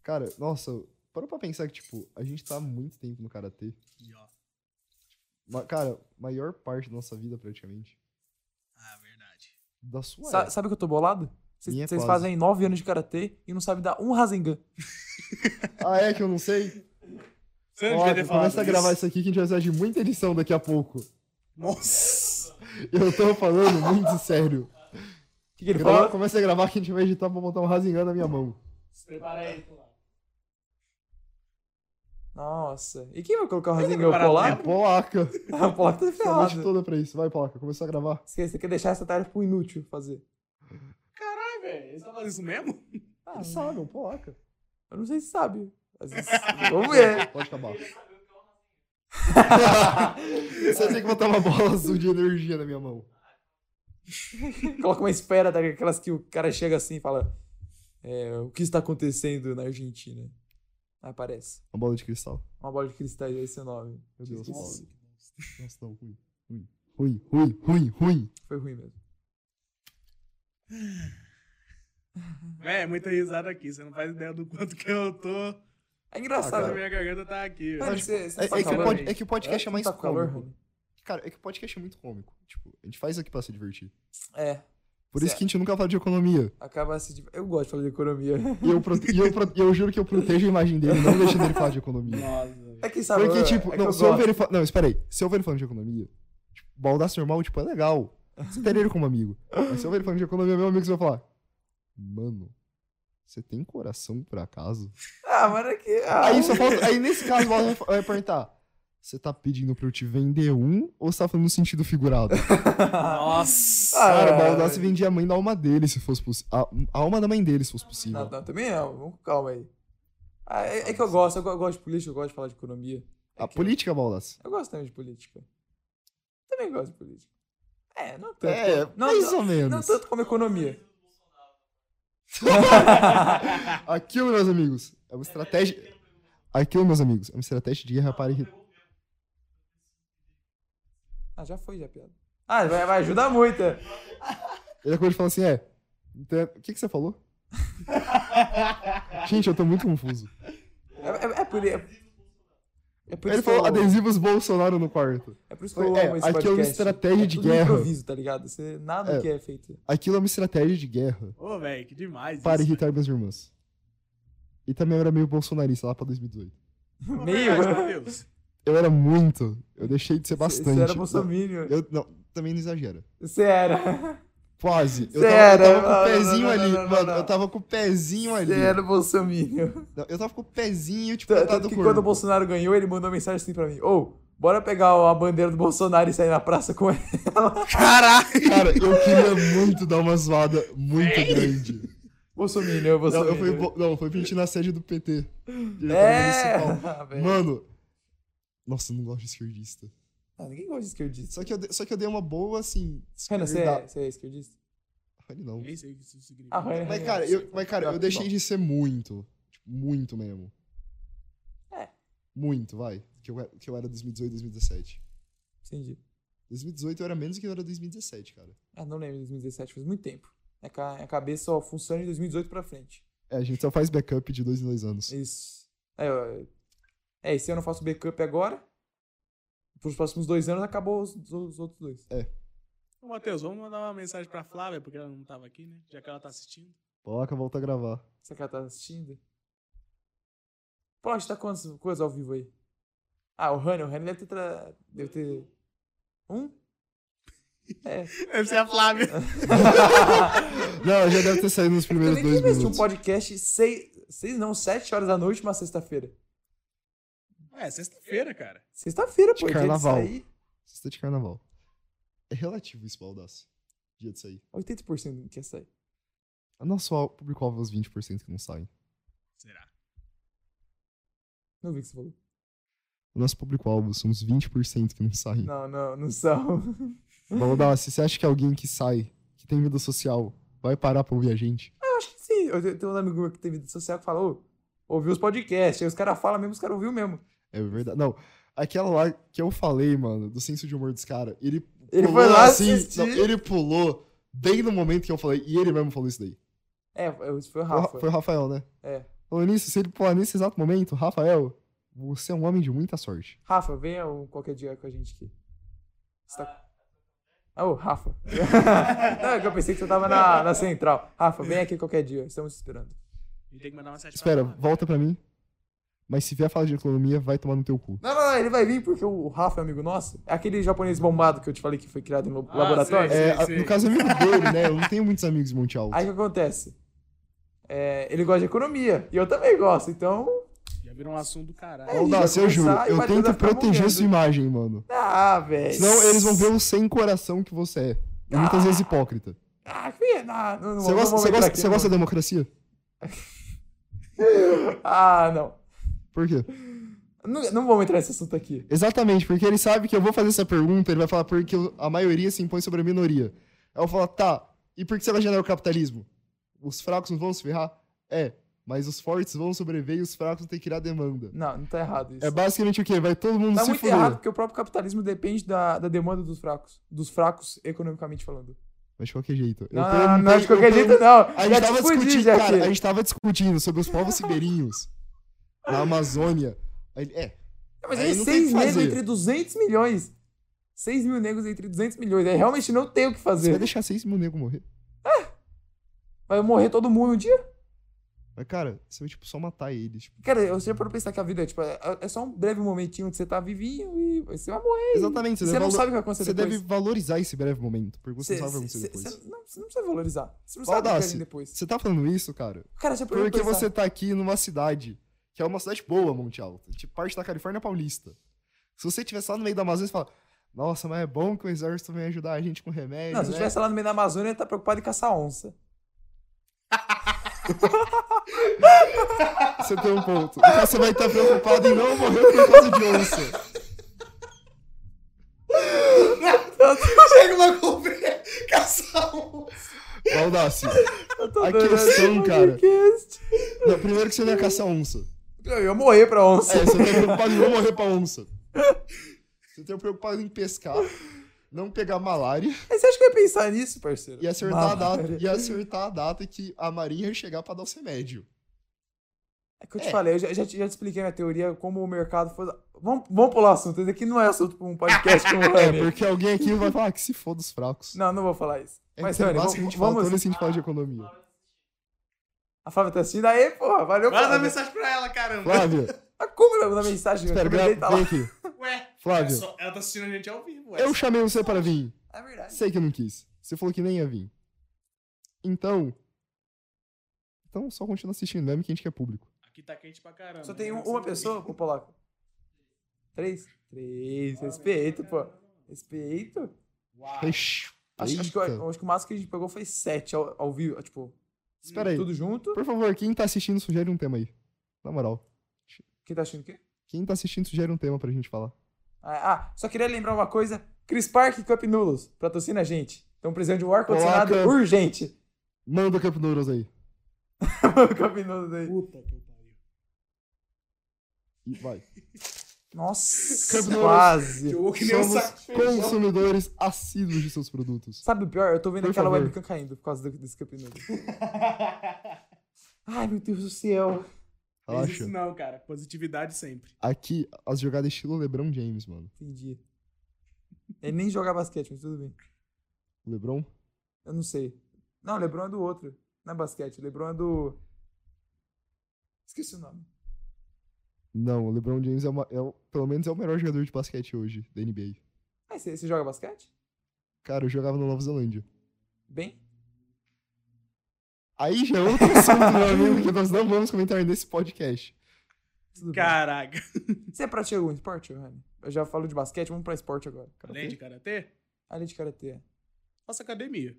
Cara, nossa, parou pra pensar que, tipo, a gente tá há muito tempo no karatê. E, ó, Ma- Cara, maior parte da nossa vida, praticamente. Ah, verdade. Da sua. Sa- é. sabe que eu tô bolado? Vocês Minha vocês quase. fazem nove anos de karatê e não sabem dar um Rasengan. Ah, é que eu não sei? Você não devia ter Ótimo, falado começa a gravar isso. isso aqui que a gente vai precisar de muita edição daqui a pouco. Nossa! Eu tô falando muito sério. O que, que ele Grava- falou? Começa a gravar que a gente vai editar pra botar um Rasengan na minha mão. Se prepara aí, pô. Nossa. E quem vai colocar o Ele Rasengan? é O A Polaco? preparado, Polaca. O Polaco tá Sua noite ferrado. toda pra isso. Vai, Polaca. Começou a gravar. Você você quer deixar essa tarefa pro inútil fazer? Ai, Ah, velho, eles estão fazendo isso mesmo? Ah, Eles sabem, o é um Polaca. eu não sei se sabe. Às vezes- Vamos ver. Pode acabar. Você tem que botar uma bola azul de energia na minha mão. Coloca uma espera daquelas que o cara chega assim e fala: é, O que está acontecendo na Argentina? Aí aparece. Uma bola de cristal. Uma bola de cristal aí, esse nome. Meu Deus, Nossa. Paulo. Nossa, não, ruim. Ruim, ruim, ruim, ruim, ruim. Foi ruim mesmo. Véi, é muita risada aqui. Você não faz ideia do quanto que eu tô. É Ah, A engraçado. cara. minha garganta tá aqui, Cara, velho. você, você É, é tá que o calor, pod- hein? é que o podcast é mais tá com calor, cômico. Rony? Cara, é que o podcast é muito cômico. Tipo, a gente faz aqui pra se divertir. É, Por isso que a gente nunca fala de economia. acaba se. div- Eu gosto de falar de economia. É E eu, prote- e eu, pro- e eu juro que eu protejo a imagem dele, não deixando ele falar de economia. Nossa, velho. É que sabe. Porque, eu- tipo, é que não, eu se eu gosto. ver ele fa- Não, espera aí. Se eu ver ele falando de economia, tipo, baldaço normal, tipo, é legal. Você teria ele como amigo. Mas se eu ver ele falando de economia, meu amigo, você vai falar: Mano, você tem coração por acaso? Ah, mano, é que. Ah, Aí, só falta- aí nesse caso, o Walter vai vai perguntar: Você tá pedindo pra eu te vender um ou você tá falando no sentido figurado? Nossa! Ah, Cara, o é, Baldassi velho. vendia a mãe da alma dele, se fosse possível. A, a alma da mãe dele, se fosse possível. Não, não, também não. Vamos com calma aí. Ah, é, é que eu gosto, eu, go- eu gosto de política, eu gosto de falar de economia. É a que política, Baldassi. Eu, eu gosto também de política. Também gosto de política. É, não tanto. É, não, mais não, ou menos. não tanto como economia. Aquilo, meus amigos, é uma estratégia. Aquilo, meus amigos, é uma estratégia de guerra para. irri- Ah, já foi, já, piada. Ah, vai, vai ajudar muito. é. Ele acabou de falar assim: é. então, o que, que você falou? Gente, eu tô muito confuso. É, é, é por, é, é por Ele isso que falou eu- adesivos Bolsonaro no quarto. É por isso que eu É, amo aquilo esse é uma podcast. estratégia É de tudo guerra. improviso, tá ligado? Você, nada É. que é feito. Aquilo é uma estratégia de guerra. Ô, velho, que demais. para isso. irritar minhas irmãs. E também eu era meio bolsonarista lá pra 2018. Ô, Meio. verdade, meu Deus. Eu era muito. Eu deixei de ser bastante. Você era Não, bolsominion. eu, não, também não exagera. Você era. Quase. Eu tava, Você era, eu tava com não, o não, pezinho não, não, ali. não, não, mano, não. eu tava com o pezinho ali. Você era bolsominion. Não, eu tava com o pezinho, tipo, Tá, Tanto metade do que corpo. quando o Bolsonaro ganhou, ele mandou mensagem assim pra mim. Ô, bora pegar a bandeira do Bolsonaro e sair na praça com ela. Caralho! Cara, eu queria muito dar uma zoada muito grande. Bolsominion, Não, eu bolsominion. fui, bo- não, foi pra gente ir na sede do PT. diretoria É! municipal. Ah, velho. Mano. Nossa, eu não gosto de esquerdista. Ah, ninguém gosta de esquerdista. Só que eu, de- só que eu dei uma boa, assim. Renan, você é, esquerda- você é esquerdista? Olha, Não. Nem sei o que isso significa. Ah, Renan. Mas, cara, eu, mas, cara, eu deixei de ser muito. Tipo, muito mesmo. É. Muito, vai. Que eu, era- que eu era 2018, 2017. Entendi. 2018 eu era menos que eu era 2017, cara. Ah, não lembro de 2017, faz muito tempo. A ca- é a cabeça só funciona de 2018 pra frente. É, a gente só faz backup de dois em dois anos. Isso. É, eu- é, esse ano eu faço backup agora. Para os próximos dois anos acabou os, os outros dois. Ô, Matheus, vamos mandar uma mensagem pra Flávia, porque ela não tava aqui, né? Já que ela tá assistindo. Coloca, volta a gravar. Será que ela tá assistindo? Pô, a gente tá quantas coisas ao vivo aí? Ah, o Rani, o Rani deve ter. Tra... Deve ter. Um? É. Deve ser a Flávia. Não, já deve ter saído nos Eu primeiros nem quis dois investir um minutos. podcast seis. Seis não, sete horas da noite, uma sexta-feira. É, sexta-feira, cara. Sexta-feira, De pô, dia de carnaval. sair. Sexta de carnaval. É relativo isso, Baldaço. Dia de sair. 80% quer sair. Nosso al- público-alvo é os 20% que não saem. Será? Não vi o que você falou. O nosso público-alvo são os 20% que não saem. Não, não, não são. Baldaço, você acha que alguém que sai, que tem vida social, vai parar pra ouvir a gente? acho que sim. Eu tenho- tenho um amigo meu que tem vida social que falou, ouviu os podcasts, aí os caras falam mesmo, os caras ouviu mesmo. É verdade. Não, aquela lá que eu falei, mano, do senso de humor dos caras, ele. Ele pulou foi lá assim, assistir. não, ele pulou bem no momento que eu falei, e ele mesmo falou isso daí. É, eu- isso foi o Foi o Ra- Rafa. Foi o Rafael, né? É. Falando nisso, se ele pular nesse exato momento, Rafael, Você é um homem de muita sorte. Rafa, venha um- qualquer dia com a gente aqui. Você tá... Ô, Rafa. Não, é que eu pensei que você tava na, na central. Rafa, vem aqui qualquer dia. Estamos te esperando. A gente tem que mandar uma mensagem pra Espera, ela. volta pra mim. Mas se vier falar de economia, vai tomar no teu cu. Não, não, não, ele vai vir porque o Rafa é amigo nosso. É aquele japonês bombado que eu te falei que foi criado em lo- Ah, laboratório. sei, É, a- sei. no caso, é amigo dele, né? Eu não tenho muitos amigos em Monte Alto. Aí o que acontece? É, ele gosta de economia. E eu também gosto. Então, Já virou um assunto do caralho. É, Não dá, já eu juro. começar e Eu vai tento tentar ficar proteger morrendo. sua imagem, mano. ah, velho. Senão eles vão ver o sem coração que você é. E muitas vezes hipócrita. Ah, que não, não, não, Você gosta, não vou você entrar gosta, aqui, você não. gosta da democracia? Ah, não. Por quê? não. Não vamos entrar nesse assunto aqui. Exatamente, porque ele sabe que eu vou fazer essa pergunta, ele vai falar porque a maioria se impõe sobre a minoria. Aí eu vou falar, tá, e por que você vai gerar o capitalismo? Os fracos não vão se ferrar? É, mas os fortes vão sobreviver e os fracos têm que criar demanda. Não, não tá errado isso. É basicamente o quê? Vai todo mundo Tá se muito fuder. errado, porque o próprio capitalismo depende da, da demanda dos fracos. Dos fracos, economicamente falando. Mas de qualquer jeito. eu Não, perguntei- Ah, não, não, não, de eu qualquer perguntei- jeito, não. A Já gente, tava te fudi, discutindo, já cara, aqui. a gente tava discutindo sobre os povos ribeirinhos na Amazônia. Aí- É, É, Mas aí aí não tem o seis que negros fazer. entre 200 milhões. 6 mil negros entre 200 milhões. Aí realmente não tem o que você vai fazer. deixar seis mil negros morrer. Vai morrer todo mundo um dia? Mas, cara, você vai, tipo, só matar eles. tipo. Cara, eu sempre para pensar que a vida é, tipo, é, é só um breve momentinho que você tá vivinho e você vai morrer. Exatamente, você, Você deve não valo- sabe o que vai acontecer Você depois. deve valorizar esse breve momento, porque você Cê- não sabe o que vai cê- acontecer cê- depois. cê- não, você não precisa valorizar. Você não sabe o que Baldassi. vem depois. Você tá falando isso, cara? Cara, você Porque você tá aqui numa cidade, que é uma cidade boa, Monte Alto. Tipo, parte da Califórnia Paulista. Se você estivesse lá no meio da Amazônia, você fala, nossa, mas é bom que o exército vem ajudar a gente com remédio, Não, se eu né?" estivesse lá no meio da Amazônia, ele tá preocupado em caçar onça. Você tem um ponto. Então você vai estar preocupado em não morrer por causa de onça. Chega uma conversa, caçar um. Baldaço. Eu tô A doido, né? questão, cara. Podcast. Não, primeiro que você não ia caçar onça. Eu ia morrer pra onça. É, você tá preocupado em não morrer pra onça. Você tá preocupado em pescar, não pegar malária. Mas você acha que eu ia pensar nisso, parceiro? E acertar, a data, Malária. e acertar a data que a Marinha ia chegar pra dar o remédio. É que eu te É. falei, eu já, já te, já te expliquei minha teoria, como o mercado foi... Vamos, vamos pular o assunto, esse aqui não é assunto pra um podcast como o É, Rani. porque alguém aqui vai falar "Ah, que se foda os fracos. Não, não vou falar isso. é Mas, que tem Rani, base que a vamos... assim. gente fala vamos- toda vez que a gente fala de economia. A Flávia tá assistindo? Aê, porra, valeu, Manda Flávia. mensagem pra ela, caramba. Flávia, Ah, Como eu na mensagem? espera, eu mandei, gra... tá vem lá. aqui. Ué, é Flávia, só- ela tá assistindo a gente ao vivo. ué. eu chamei você pra vir. É verdade. Sei que não quis. Você falou que nem ia vir. Então. Então só continua assistindo, mesmo que a gente quer público. Aqui tá quente pra caramba. Só tem né? um- uma pessoa pro polaco. Três? Três, respeito, pô. Respeito. Uau. Ixi, Acho, acho que, eita. acho que o máximo que a gente pegou foi sete ao, ao vivo, tipo, Espera aí. tudo junto. Por favor, quem tá assistindo, sugere um tema aí. Na moral. Quem tá achando o quê? Quem tá assistindo, sugere um tema pra gente falar. Ah, ah, só queria lembrar uma coisa. Chris Park e Cup Nulos, patrocina a gente. Estão precisando de um ar-condicionado Polaca. urgente. Manda o Camp Nuros aí. Cup Nulos aí. Puta que eu pariu. E vai. Nossa, Cup Noodles. quase. Jogou que nem um Somos saco de feijão. consumidores assíduos de seus produtos. Sabe o pior? Eu tô vendo Por aquela favor. webcam caindo por causa do- desse Cup Nudos. Ai, meu Deus do céu. Fez isso Relaxa. não, cara. Positividade sempre. Aqui, as jogadas estilo LeBron James, mano. Entendi. Ele nem joga basquete, mas tudo bem. LeBron? Eu não sei. Não, Lebron é do outro. Não é basquete. Lebron é do. Esqueci o nome. Não, o LeBron James é, uma, é o- pelo menos é o melhor jogador de basquete hoje da NBA. Ah, você, você joga basquete? Cara, eu jogava na Nova Zelândia. Bem? Aí já é outro assunto, meu amigo, que nós não vamos comentar nesse podcast. Tudo Caraca. bem. Você pratica algum esporte, Rani? Eu já falo de basquete, vamos pra esporte agora. Além de karatê, Ali de karatê. faça academia.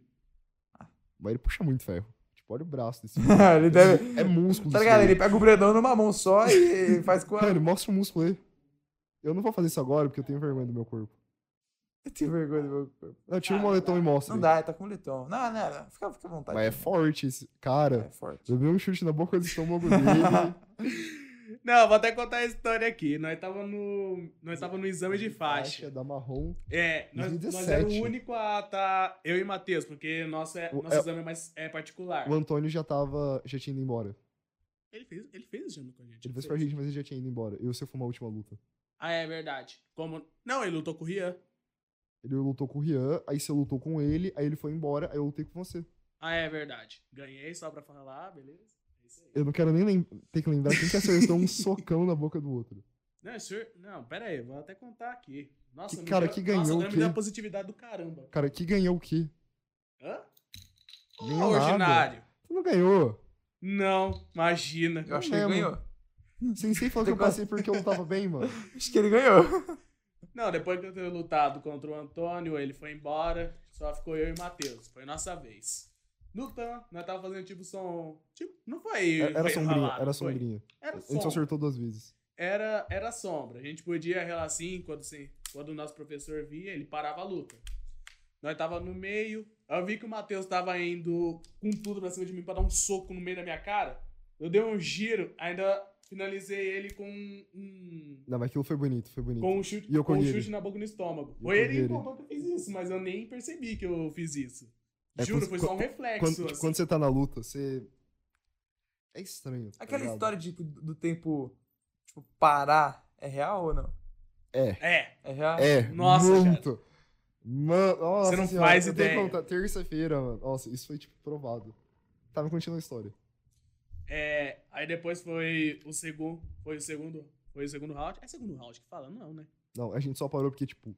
Mas ele puxa muito ferro. Tipo, olha o braço desse. ele deve. É músculo. Tá isso ligado? daí. Ele pega o Bredão numa mão só e faz com a. Cara, mostra o músculo aí. Eu não vou fazer isso agora porque eu tenho vergonha do meu corpo. Eu tenho vergonha do meu corpo. Eu tiro o moletom e mostra. Não dá, ele tá com moletom. Não, não, não. Fica, fica à vontade. Mas é forte esse. Cara, É forte. eu dei um chute na boca do estômago dele. Não, vou até contar a história aqui. Nós tava no, nós tava no exame de faixa. da marrom. É, nós, nós 2017. era o único a tá, eu e Matheus, porque nosso, é, O- nosso é- exame é mais é particular. O Antônio já tava. já tinha ido embora. Ele fez, ele fez jano com a gente. Ele não fez pra gente, mas ele já tinha ido embora. E o seu foi uma última luta. Ah, é verdade. Como. Não, ele lutou com o Rian. Ele lutou com o Rian, aí você lutou com ele, aí ele foi embora, aí eu lutei com você. Ah, é verdade. Ganhei só pra falar, beleza? É isso aí. Eu não quero nem lem- ter que lembrar quem que acertou um socão na boca do outro. Não, senhor... não, pera aí, vou até contar aqui. Nossa, Que me cara deu- que ganhou Nossa, o agora quê? me deu uma positividade do caramba. Cara, que ganhou o quê? Hã? Ganhou Ô, é nada. ordinário. Tu não ganhou. Não, imagina. Eu acho que ele lembro. ganhou. Sem sei falou que eu passei porque eu não tava bem, mano. Acho que ele ganhou. Não, depois que eu tenho lutado contra o Antônio, ele foi embora, só ficou eu e Matheus. Foi nossa vez. No tan, nós tava fazendo tipo som. Tipo, não foi. É, Era era foi sombrinha, ralado, era foi. sombrinha. Tá Era A gente só sombra. acertou duas vezes. era, era sombra. A gente podia relar assim, quando, assim, quando o nosso professor via, ele parava a luta. Nós tava no meio, eu vi que o Matheus tava indo com tudo pra cima de mim pra dar um soco no meio da minha cara. Eu dei um giro, ainda finalizei ele com um, Não, mas aquilo foi bonito, foi bonito. com um chute, E eu com um corri chute ele. na boca e no estômago. eu Foi ele corri que ele. contou que eu fiz isso, mas eu nem percebi que eu fiz isso. É, Juro, quando- foi só um quando- reflexo. Quando, assim. quando você tá na luta, você. É estranho. tá Aquela ligado? história de, do tempo, tipo, parar, é real ou não? É. É, É real? É. Nossa, muito. Mano, nossa Você não senhora, faz eu tenho que ideia. contar. Terça-feira, mano. Nossa, isso foi, tipo, provado. Tá, mas continua a história. é. Aí depois foi o segundo. Foi o segundo. Foi o segundo round. É segundo round que fala, não, né? Não, a gente só parou porque, tipo.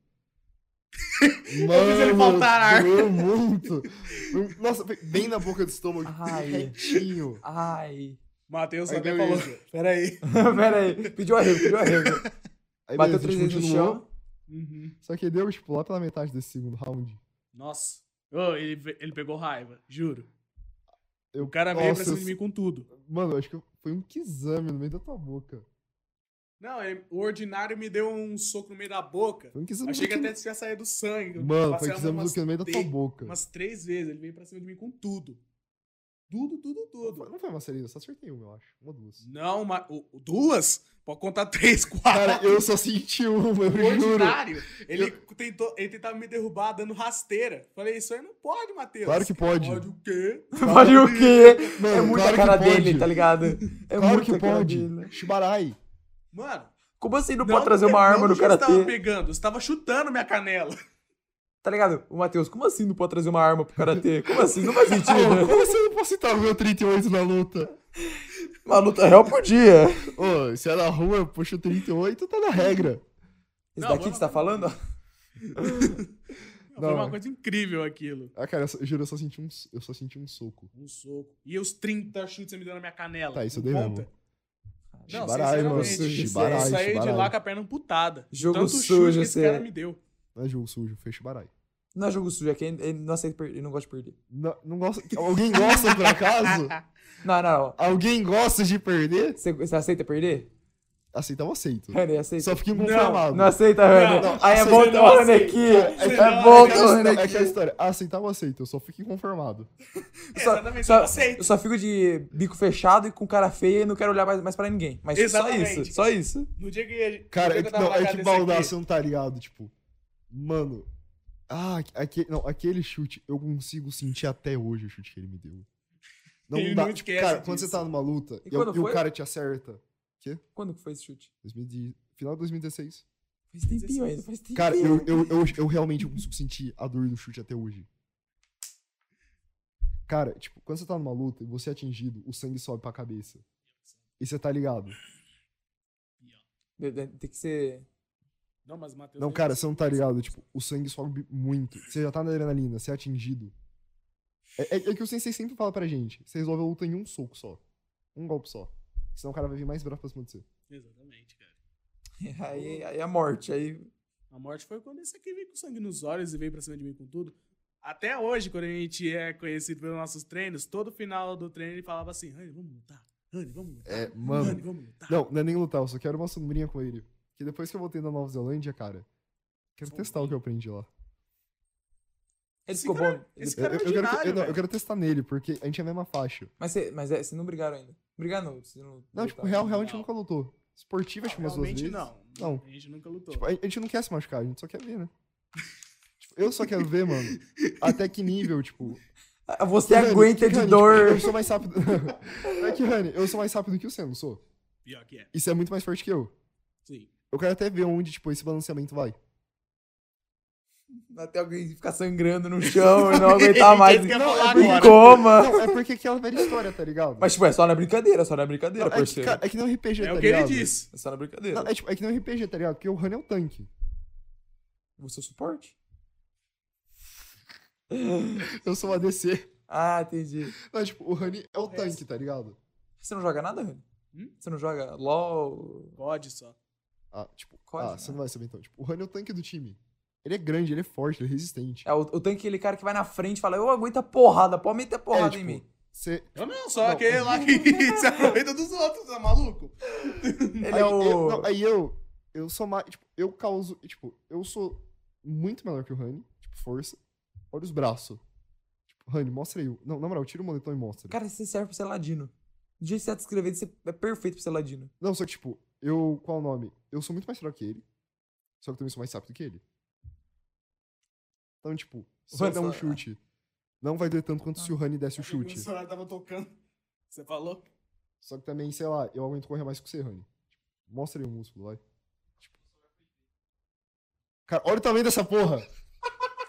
ele faltar ar. doeu muito. Nossa, foi bem na boca do estômago. Ah, Ai. É. Retinho. Ai. Matheus Aí até é. falou. beleza. Peraí. Pera aí, pediu arrego, pediu arrego. Aí beleza, É Bateu a três gente vezes no continuou, chão. Uhum. Só que deu, tipo, lá pela metade desse segundo round. Nossa. Ô, ele, ve- ele pegou raiva, juro. Eu, O cara veio nossa, pra cima eu- de mim com tudo. Mano, acho que foi um quizame no meio da tua boca. Não, ele- o ordinário me deu um soco no meio da boca. Foi um quizame. Achei do que que- até tinha saído sangue. Eu Mano, foi passei um a quizame do mão umas que no meio da tua te- boca. Umas três vezes ele veio pra cima de mim com tudo. Tudo, tudo, Não foi- tudo. Não foi uma série, eu só acertei uma, eu acho. Uma, duas. Não, mas. Duas? Pode contar três, Cara, quatro. eu só senti uma, eu O juro. ordinário, ele, tentou, ele tentava me derrubar dando rasteira. Falei, isso aí não pode, Matheus. Claro que pode. Pode o quê? Vale o quê? Mano, É muito claro a cara que pode. dele, tá ligado? É claro muito que a cara pode. dele. né? Shibarai. Mano, Como assim não, pode trazer uma arma não no é que Você tava karatê? pegando, você tava chutando minha canela. Tá ligado? O Matheus, como assim não pode trazer uma arma pro karatê? Como assim? Não faz Ô, sentido. como você não pode citar o meu 38 na luta? Uma luta real podia. Ô, se é na rua, eu puxo o 38, tá na regra. Esse daqui Não, vamos- que você tá falando? ó. Foi uma é. coisa incrível aquilo. Ah, cara, eu, só- eu juro, eu só senti um, s- eu só senti um soco. Um soco. E os 30 chutes você me deu na minha canela. Tá, isso eu Não dei conta? mesmo. Não, Shibarai, mano. sinceramente, Shibarai, eu saí de lá Shibarai. com a perna amputada. Jogo Tanto chute sujo, que esse você- cara me deu. Não é jogo sujo, foi Shibarai. Não é jogo sujo, é que ele, ele não aceita perder, ele não gosta de perder. Não, não gosta... Alguém gosta, por acaso? Não, não, não. Alguém gosta de perder? Você, você aceita perder? Aceita, eu aceito. Honey, aceita. Só fiquei Não, inconformado. Não aceita, Honey. Não, Aí é você bom não ter o Honey aceita. aqui. Você É não É bom ter aquela o aceita. Honey história- é aqui. aquela história. Aceitar ou aceito, eu só fico inconformado. Só- Exatamente, só- eu aceito. Eu só fico de bico fechado e com cara feia e não quero olhar mais, mais pra ninguém. Mas Exatamente. só isso, só isso. No dia que. no Cara, dia é que que, eu tava não, na é casa que desse aqui, baldaço não tá ligado, tipo. Mano. Ah, aquele, não, aquele chute eu consigo sentir até hoje o chute que ele me deu. Não Ele dá. não tipo, esquece cara, quando você disso. tá numa luta e, E o- quando e o foi? cara te acerta. Quando que foi esse chute? 2010 final de 2016. Faz tempinho ainda, faz tempinho. Cara, eu, eu, eu, eu realmente consigo sentir a dor do chute até hoje. Cara, tipo, quando você tá numa luta e você é atingido, o sangue sobe pra cabeça. E você tá ligado. De- de- Tem que ser... Não, mas o Matheus. Não, cara, você não tá ligado. Tipo, o sangue sobe muito. Você já tá na adrenalina, você é atingido. É, é- é que o Sensei sempre fala pra gente: você resolve a luta em um soco só. Um golpe só. Senão o cara vai vir mais bravo pra cima de você. Exatamente, cara. Aí, aí é morte, aí... A morte foi quando esse aqui veio com sangue nos olhos e veio pra cima de mim com tudo. Até hoje, quando a gente é conhecido pelos nossos treinos, todo final do treino ele falava assim: Rani, vamos lutar. Rani, vamos lutar. É, mano. Rani, vamos lutar. Não, não é nem lutar, eu só quero uma sombrinha com ele. Que depois que eu voltei na Nova Zelândia, cara, quero Sombrinha. testar o que eu aprendi lá. Ele Esse ficou cara- bom. esse Ele- Eu, cara é eu- eu quero, ordinário, eu não, eu velho. quero testar nele, porque a gente é a mesma faixa. Mas, você, mas é, vocês não brigaram ainda. Brigar não, vocês não... Não, tipo, lutaram. real, real, a gente Não. Ah, nunca lutou. Esportiva, acho que umas é duas realmente vezes. não. Não. A gente nunca lutou. Tipo, a, a gente não quer se machucar, a gente só quer ver, né? Tipo, eu só quero ver, mano, até que nível, tipo, Ah, Você Honey, aguenta que de Honey, dor. Eu sou mais rápido. é que, Rani, eu sou mais rápido que o Senna, não sou? Pior que é. E você é muito mais forte que eu. Sim. Eu quero até ver onde, tipo, esse balanceamento vai. Até alguém ficar sangrando no chão e Tá, não é aguentar mais. Ele Em quer falar agora. coma. Não, é porque aquela velha história, tá ligado? Mas, tipo, é só na brincadeira, é só na Não, brincadeira, é, que, parceiro. cara, é que não é RPG, É tá o que ele ligado? disse. É só na brincadeira. Não, é, tipo, é que não é RPG, tá ligado? Porque o Han é o tanque. Você é o suporte? Eu sou o ADC. Ah, entendi. Não, tipo, o Rani é o Resto. tanque, tá ligado? Você não joga nada, Rani? Hum? Você não joga LOL? Pode só. Ah, tipo, Quase, ah, né? você não vai saber então. Tipo, o Rani é o tanque do time. Ele é grande, ele é forte, ele é resistente. É, o, o tanque é aquele cara que vai na frente e fala, eu aguento a porrada, pode meter porrada tipo, em mim. Você. Eu não, só Não. aquele lá que se aproveita dos outros, tá maluco? Ele aí, é o... eu, não, aí eu. Eu sou mais. Tipo, eu causo. Tipo, eu sou muito melhor que o Rani. Tipo, força. Olha os braços. Tipo, Rani, mostra aí. o- Não, na moral, tira o moletom e mostra. Cara, você serve pra ser ladino. Do jeito que você tá descrevendo, você é perfeito pra ser ladino. Não, só que, tipo, eu. Qual o nome? Eu sou muito mais fraco que ele. Só que eu também sou mais rápido que ele. Então, tipo, se eu Olha der um só. chute, não vai doer tanto quanto se o Rani desse o O chute. celular tava tocando. Você falou? Só que também, sei lá, eu aguento correr mais que você, Rani. Mostra aí o músculo, vai. Tipo- Cara, olha o tamanho dessa porra!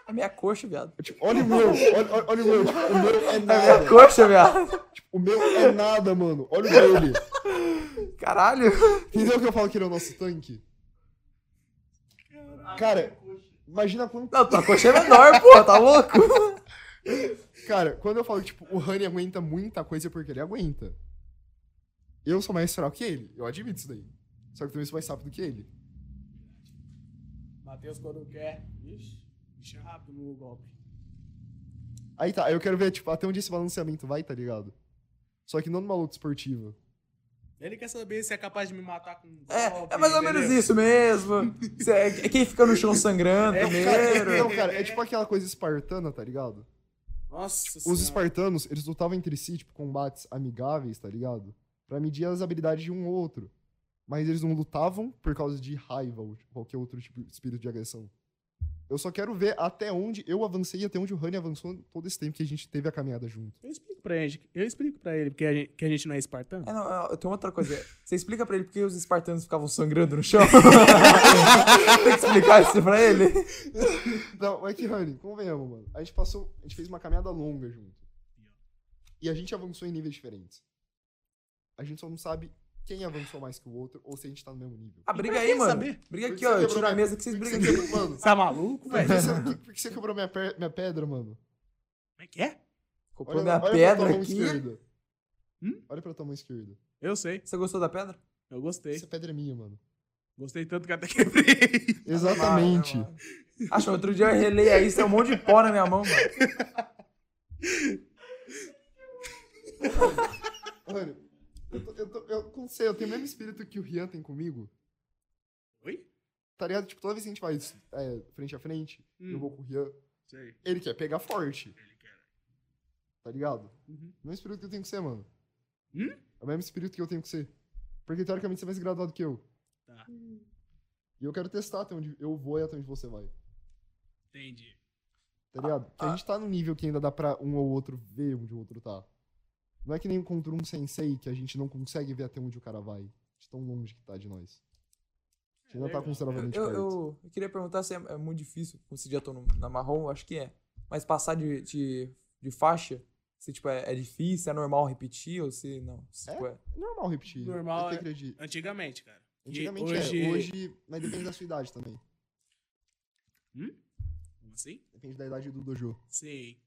A minha coxa, viado. Tipo, olha o meu! Olha, olha- olha o meu! Tipo, o meu é A minha nada! coxa, viado. Tipo, o meu é nada, mano! Olha o dele! Caralho. Entendeu o que eu falo que ele é o nosso tanque? Cara, imagina quanto. Não, tua coxa é menor, porra, tá louco? Cara, quando eu falo que tipo, o Rani aguenta muita coisa é porque ele aguenta. Eu sou mais fraco que ele, eu admito isso daí. Só que eu também sou mais rápido que ele. Matheus quando quer. Ixi, bicho é rápido no golpe. Aí tá, aí eu quero ver, tipo, até onde esse balanceamento vai, tá ligado? Só que não numa luta esportiva. Ele quer saber se é capaz de me matar com um golpe, É, é mais ou menos entendeu? isso mesmo. Você é, é quem fica no chão sangrando É, Cara, primeiro. não, cara, é tipo aquela coisa espartana, tá ligado? Nossa Os senhora. espartanos, eles lutavam entre si, tipo, combates amigáveis, tá ligado? Pra medir as habilidades de um ou outro. Mas eles não lutavam por causa de raiva ou qualquer outro tipo de espírito de agressão. Eu só quero ver até onde eu avancei e até onde o Rani avançou todo esse tempo que a gente teve a caminhada junto. Eu explico pra ele, eu explico pra ele porque a gente, que a gente não é espartano. É, não, eu tenho outra coisa. Você explica pra ele por que os espartanos ficavam sangrando no chão? Tem que explicar isso pra ele? Não, é que, Rani, convenhamos, mano. A gente passou. A gente fez uma caminhada longa junto. E a gente avançou em níveis diferentes. A gente só não sabe quem avançou mais que o outro ou se a gente tá no mesmo nível. Ah, briga pra aí, quem mano. saber? Briga Por aqui, que ó. você Eu quebrou tiro a minha- mesa que vocês Por que brigam você aqui. quebrou- mano, Tá maluco, Por velho? que Como você, por que- por que você quebrou minha, per- minha pedra, mano? é que é? Comprou na- minha pra tua pedra mão aqui. esquerda. Hum? Olha pra tua mão esquerda. Eu sei, Você gostou da pedra? eu gostei. Essa pedra é minha, mano. Gostei tanto que até quebrei. Exatamente. Ah, não, não. Acho, outro dia eu relei aí, tem um monte de pó na minha mão, mano. Olha, eu, tô- eu, tô- eu não sei, eu tenho o mesmo espírito que o Rian tem comigo. Oi? Tá ligado? Tipo, toda vez que a gente vai é, frente a frente, Hum. eu vou com o Rian, Sei. ele quer pegar forte. Ele quer. Tá ligado? Uhum. O mesmo espírito que eu tenho que ser, mano. Hum? É o mesmo espírito que eu tenho que ser. Porque teoricamente você é mais graduado que eu. Tá. E eu quero testar até onde eu vou e até onde você vai. Entendi. Ah, Tá ligado? Porque a gente tá num nível que ainda dá pra um ou outro ver onde o outro tá. Não é que nem contra um sensei que a gente não consegue ver até onde o cara vai. De tão longe que tá de nós. A gente ainda tá legal. consideravelmente Eu, perto. eu- eu queria perguntar se é, é muito difícil conseguir ator no- na marrom, eu acho que é. Mas passar de, de, de faixa, se tipo, é, é difícil, se é normal repetir ou se não. Se, É? tipo, é- É normal repetir. Normal eu é- te acredito. Antigamente, cara. E Antigamente hoje... é. Hoje, mas depende da sua idade também. Como assim? Depende da idade do dojo. Sim.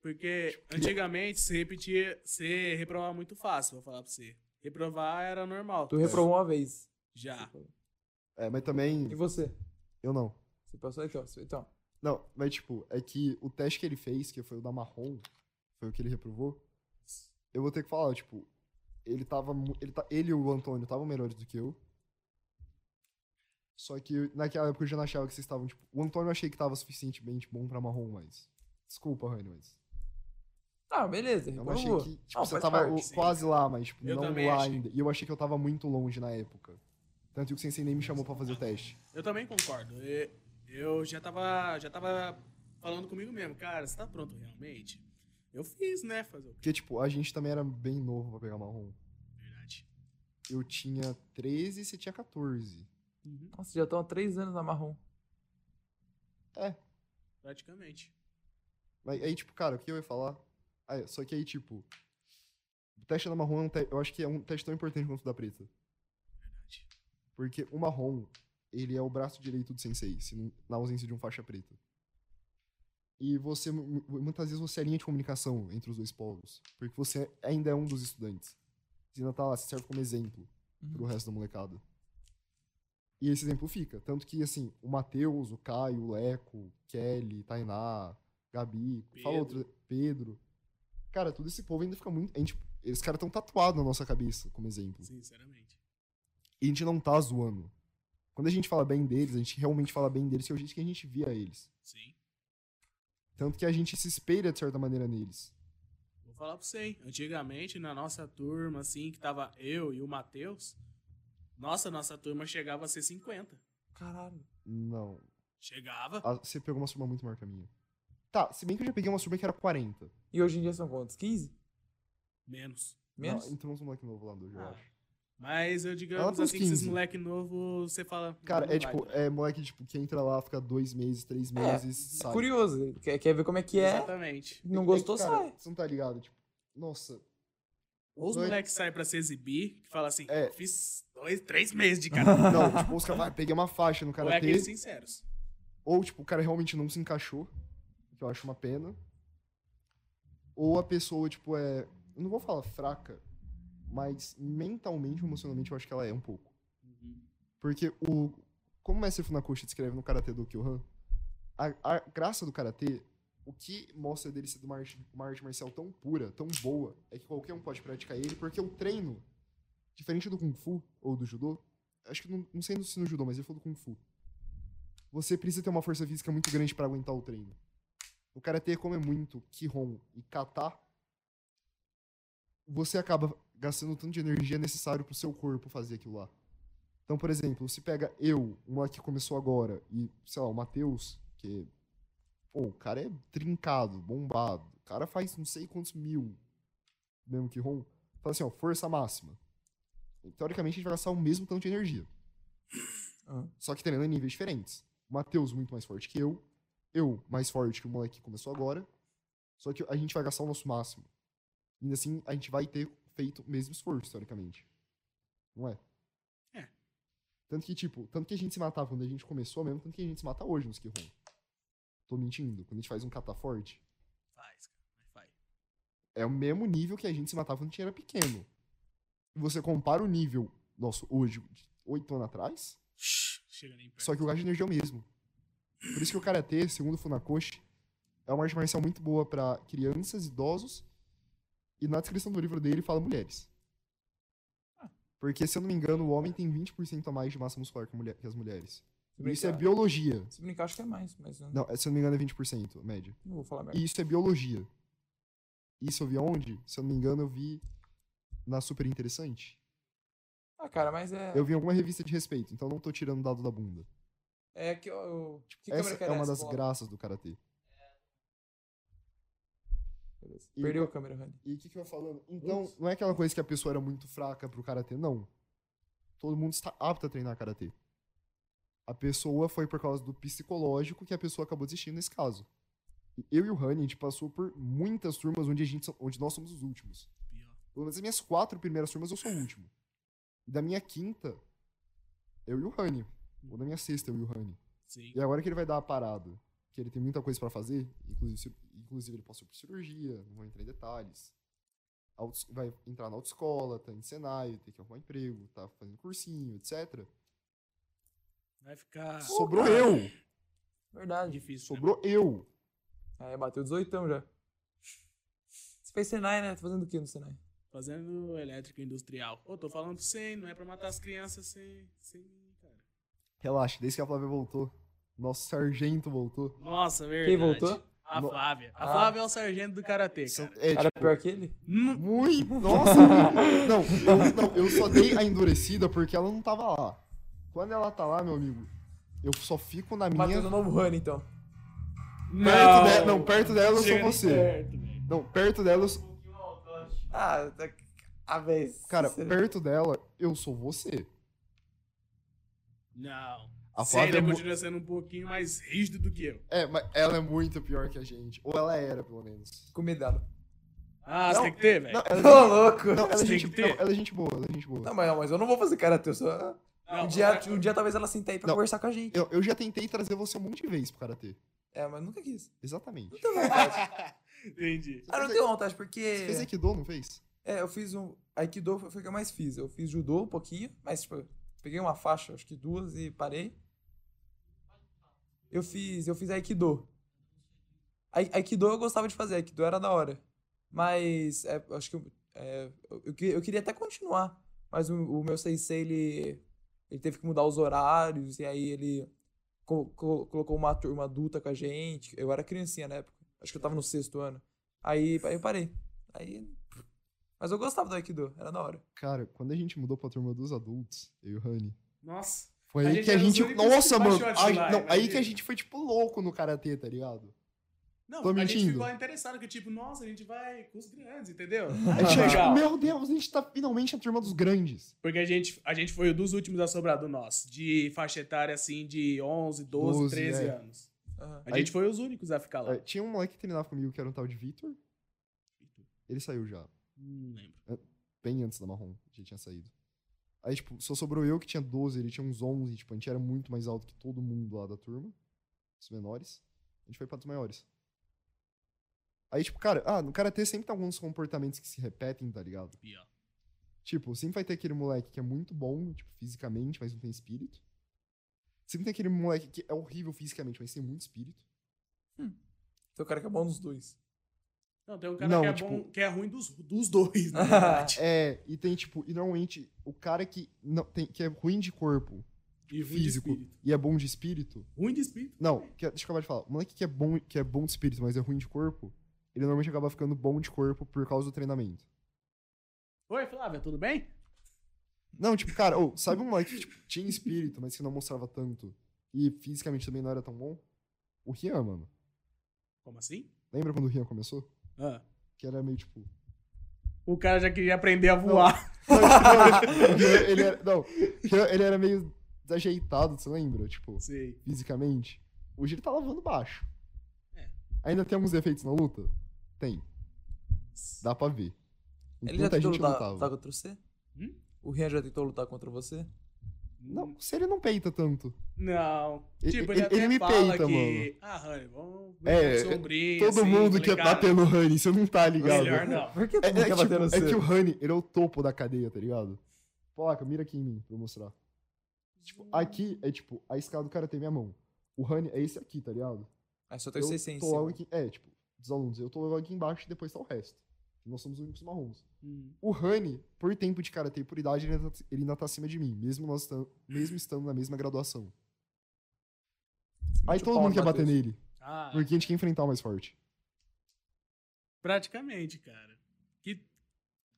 Porque antigamente se repetia, você reprovava muito fácil, vou falar pra você. Reprovar era normal. tu reprovou uma vez. Já. É, mas E também. você? Eu não. Você passou então? você- então. Não, mas tipo, é que o teste que ele fez, que foi o da marrom, foi o que ele reprovou. Eu vou ter que falar, tipo, ele tava. mu- Ele, tá, ele e o Antônio estavam melhores do que eu. Só que naquela época eu já não achava que vocês estavam, tipo. O Antônio eu achei que tava suficientemente bom pra marrom, mas. Desculpa, Rani, mas. Tá, beleza, Eu achei reprovou. que. Tipo, Não, você faz tava parte, o- sim. quase lá, mas, tipo, Eu não também lá achei. ainda. E eu achei que eu tava muito longe na época. Tanto que o Sensei nem me chamou pra fazer o teste. Eu também concordo. E- Eu já tava, já tava falando comigo mesmo, cara, você tá pronto realmente? Eu fiz, né? Fazer o quê? Porque, tipo, a gente também era bem novo pra pegar marrom. Verdade. Eu tinha 13 e você tinha 14. Uhum. Nossa, já estão há três anos na marrom. Praticamente. Mas aí, tipo, cara, o que eu ia falar? Ah, é, só que aí, tipo, o teste da marrom é um te- eu acho que é um teste tão importante quanto o da preta. Verdade. Porque o marrom, ele é o braço direito do sensei, se não- na ausência de um faixa preta. E você, mu- mu- muitas vezes, você é a linha de comunicação entre os dois polos. Porque você ainda é um dos estudantes. Você ainda tá lá, você serve como exemplo Uhum. pro resto da molecada. E esse exemplo fica. Tanto que, assim, o Matheus, o Caio, o Leco, Kelly, Tainá, Gabi, fala Pedro. outro, Pedro. Cara, todo esse povo ainda fica muito. A gente, esses caras estão tatuados na nossa cabeça, como exemplo. Sinceramente. E a gente não tá zoando. Quando a gente fala bem deles, a gente realmente fala bem deles, que é o jeito que a gente via eles. Sim. Tanto que a gente se espelha, de certa maneira, neles. Vou falar pra você, hein? Antigamente, na nossa turma, assim, que tava eu e o Matheus, nossa, nossa turma chegava a ser 50. Caralho. Não. Chegava. Ah, Você pegou uma turma muito maior que a minha. Tá, se bem que eu já peguei uma turma que era 40. E hoje em dia são quantos? 15? Menos. Menos? Não, entrou um moleque novo lá do eu Ah. acho. Mas eu Ela digamos tem uns assim, que esses 15. moleque novo, você fala. Cara, é "Não vai, tipo, cara." é moleque tipo, que entra lá, fica dois meses, É, três meses, sai. Curioso. Quer, quer ver como é que é? Exatamente. Não gostou, É que, cara, sai. Você não tá ligado, tipo, nossa. Ou os Dois- moleques saem pra se exibir, que fala assim, É. fiz dois, três meses de cara. Não, tipo, os caras, vai, peguei uma faixa no Ou é aqueles karatê. sinceros. Ou, tipo, o cara realmente não se encaixou, que eu acho uma pena. Ou a pessoa, tipo, é. Eu não vou falar fraca, mas mentalmente, emocionalmente, eu acho que ela é um pouco. Porque o. Como o Mestre Funakoshi descreve no Karatê do Kyohan, a, a graça do Karatê, o que mostra dele ser uma arte, uma arte marcial tão pura, tão boa, é que qualquer um pode praticar ele, porque o treino, diferente do Kung Fu ou do Judô, acho que não, não sei se no Judô, mas ele falou do Kung Fu. Você precisa ter uma força física muito grande pra aguentar o treino. O Karatê, como é muito Kihon e Kata, você acaba gastando o tanto de energia necessário pro seu corpo fazer aquilo lá. Então, por exemplo, se pega eu, um moleque que começou agora, e, sei lá, o Matheus, que. Pô, o cara é trincado, bombado. O cara faz não sei quantos mil, mesmo que rom. Fala assim, ó, força máxima. Teoricamente, a gente vai gastar o mesmo tanto de energia. Ah. Só que treinando em níveis diferentes. O Matheus muito mais forte que eu. Eu mais forte que o moleque que começou agora. Só que a gente vai gastar o nosso máximo. E ainda assim, a gente vai ter feito o mesmo esforço, teoricamente. Não é? É. Tanto que, tipo, tanto que a gente se matava quando a gente começou mesmo, tanto que a gente se mata hoje nos Kihon. Tô mentindo. Quando a gente faz um kata forte, Faz, cara. mas faz. é o mesmo nível que a gente se matava quando a gente era pequeno. E você compara o nível nosso hoje, de oito anos atrás, Shhh, Chega nem perto. só que o gasto de energia é o mesmo. Por isso que o Karatê, segundo o Funakoshi, é uma arte marcial muito boa pra crianças, idosos, e na descrição do livro dele fala mulheres. Porque, se eu não me engano, o homem tem 20% a mais de massa muscular que, a mulher- que as mulheres. Se isso é brincar- biologia. Se brincar, acho que é mais, mas eu não, Não, se eu não me engano, é 20%, a média. não vou falar merda. E isso é biologia. Isso eu vi onde? Se eu não me engano, eu vi na Super Interessante. Ah, cara, mas é. Eu vi em alguma revista de respeito, então não tô tirando dado da bunda. É que eu. Que essa câmera que é era uma essa, das Paulo? graças do Karatê. Beleza. E- Perdeu a câmera, Rani. E o que, que eu ia falando? Então, Ups. não é aquela coisa que a pessoa era muito fraca pro Karatê, não. Todo mundo está apto a treinar Karatê. A pessoa foi por causa do psicológico que a pessoa acabou desistindo nesse caso. E Eu e o Honey, a gente passou por muitas turmas onde, a gente, so- onde nós somos os últimos. Pior. Pelo menos das minhas quatro primeiras turmas, eu sou o último. E da minha quinta, eu e o Rani. Ou da minha sexta, eu e o Rani. Sim. E agora que ele vai dar a parada, que ele tem muita coisa pra fazer, inclusive, cir- inclusive ele passou por cirurgia, não vou entrar em detalhes. Autos- vai entrar na autoescola, tá em Senai, tem que arrumar emprego, tá fazendo cursinho, etc. Vai ficar tá Sobrou cara. eu! Verdade. difícil. né? Sobrou eu! É, bateu 18 anos já. Você fez Senai, né? Tá fazendo o que no Senai? Fazendo elétrica industrial. Ô, tô falando pra você, hein? Não é pra matar as crianças sem, sem mim, cara. Relaxa, desde que a Flávia voltou, nosso sargento voltou. Nossa, é verdade. Quem voltou? A No- Flávia. A Ah. Flávia é o sargento do Karatê, cara. É, Era tipo, pior que ele? Hum, Muito! Nossa! não, eu, não, eu só dei a endurecida porque ela não tava lá. Quando ela tá lá, meu amigo, eu só fico na minha. Matheus é o novo Rani, então. Perto de- né? não, perto dela eu sou chega É. nem você. perto, velho. Não, perto delas. Ah, tá... ah velho. Cara, você- perto dela, eu sou você. Não. A Você Flávia. ainda é mu- continua sendo um pouquinho mais rígido do que eu. É, mas ela é muito pior que a gente. Ou ela era, pelo menos. Comi dela. Ah, você Não, tem que ter, velho. Não, Ô, ela, louco. não, ela é Tem gente, que ter. não, ela é gente boa, ela é gente boa. Não, mas, não, mas eu não vou fazer cara teu. Só... Não, tá. um, dia, cara, um dia talvez ela senta aí pra Não. conversar com a gente. Eu, eu já tentei trazer você um monte de vezes pro Karatê. É, mas nunca quis. Exatamente. Não tenho vontade. Entendi. ah, não Você fez- tenho vontade, porque. Você fez Aikido, não fez? É, eu fiz um. Aikido foi foi o que eu mais fiz. Eu fiz judô um pouquinho, mas tipo, eu peguei uma faixa, acho que duas e parei. Eu fiz, eu fiz Aikido. Ai- Aikido eu gostava de fazer, Aikido era da hora. Mas é, acho que eu, é, eu, eu que- eu queria até continuar, mas o, o meu sensei ele ele teve que mudar os horários e aí ele co- co- colocou uma turma adulta com a gente. Eu era criancinha na época. Acho que eu tava no sexto ano. Aí, aí eu parei. Aí mas eu gostava do Aikido, era da hora. Cara, quando a gente mudou pra turma dos adultos, eu e o Rani. Nossa. Foi A aí gente que a era os gente. únicos Nossa, que mano. baixou a né, a- July, não, aí que a imagina. gente foi, tipo, louco no Karatê, tá ligado? Não, Tô a gente mentindo? ficou interessado que, tipo, nossa, a gente vai com os grandes, entendeu? A gente era, tipo, Ah, Legal. meu Deus, a gente tá finalmente na turma dos grandes. Porque a gente, a gente foi o dos últimos a sobrar do nosso, de faixa etária assim de 11, 12, 12, 13 é. anos. Aham. A Aí- gente foi os únicos a ficar lá. É, tinha um moleque que treinava comigo que era um tal de Vitor. Ele saiu já, Não lembro. bem antes da Marrom, já tinha saído. Aí, tipo, só sobrou eu que tinha 12, ele tinha uns 11, tipo, a gente era muito mais alto que todo mundo lá da turma. Os menores. A gente foi pra dos maiores. Aí, tipo, cara, ah, no Karatê sempre tem alguns comportamentos que se repetem, tá ligado? Pior. Tipo, sempre vai ter aquele moleque que é muito bom, tipo, fisicamente, mas não tem espírito. Sempre tem aquele moleque que é horrível fisicamente, mas tem muito espírito. Tem o cara que é bom nos dois. Não, tem um cara Não, que, é tipo- bom, que é ruim dos, dos dois, na verdade. É, e tem, tipo, e normalmente o cara que, não, tem, que é ruim de corpo, E ruim de físico, espírito. e é bom de espírito. Ruim de espírito. Não, que, deixa eu acabar de falar. O moleque que é, bom, que é bom de espírito, mas é ruim de corpo, ele normalmente acaba ficando bom de corpo por causa do treinamento. Oi, Flávia, tudo bem? Não, tipo, cara, ou, sabe um moleque que tipo, tinha espírito, mas que não mostrava tanto, e fisicamente também não era tão bom? O Rian, mano. Como assim? Lembra quando o Rian começou? Ah, Que era meio tipo. o cara já queria aprender a voar. Não, tipo, não, ele era, não, ele era meio desajeitado, você lembra? Tipo, Sei. fisicamente. Hoje ele tá lavando baixo. É. Ainda tem alguns defeitos na luta? Tem. Dá pra ver. Ele já Enquanto a tentou gente lutar, lutava. lutar contra você? Hum? O Rian já tentou lutar contra você? Hum. Não, se ele não peita tanto. Não. E- Tipo, ele- ele, até ele me fala peita, que... Ah, Rani, vamos... É, vamos sombrinho, Todo assim, mundo tá quer ligado? bater no Honey, você não tá ligado. Melhor não. Por que É, todo é mundo quer tipo- bater no é que seu? o Honey, ele é o topo da cadeia, tá ligado? Placa, mira aqui em mim pra eu mostrar. Hum. Tipo, aqui é tipo, a escada do cara tem minha mão. O Honey é esse aqui, tá ligado? Aí Ah, só tem o eu 600. tô logo aqui, é, tipo, dos alunos, eu tô logo aqui embaixo e depois tá o resto. Nós somos os únicos marrons. Hum. O Rani, por tempo de karatê e por idade, ele ainda, tá, ele ainda tá acima de mim, mesmo, nós tam- mesmo estando na mesma graduação. tipo, Aí todo mundo quer bater nele, Ah, porque a gente quer enfrentar o mais forte. Praticamente, cara. Que,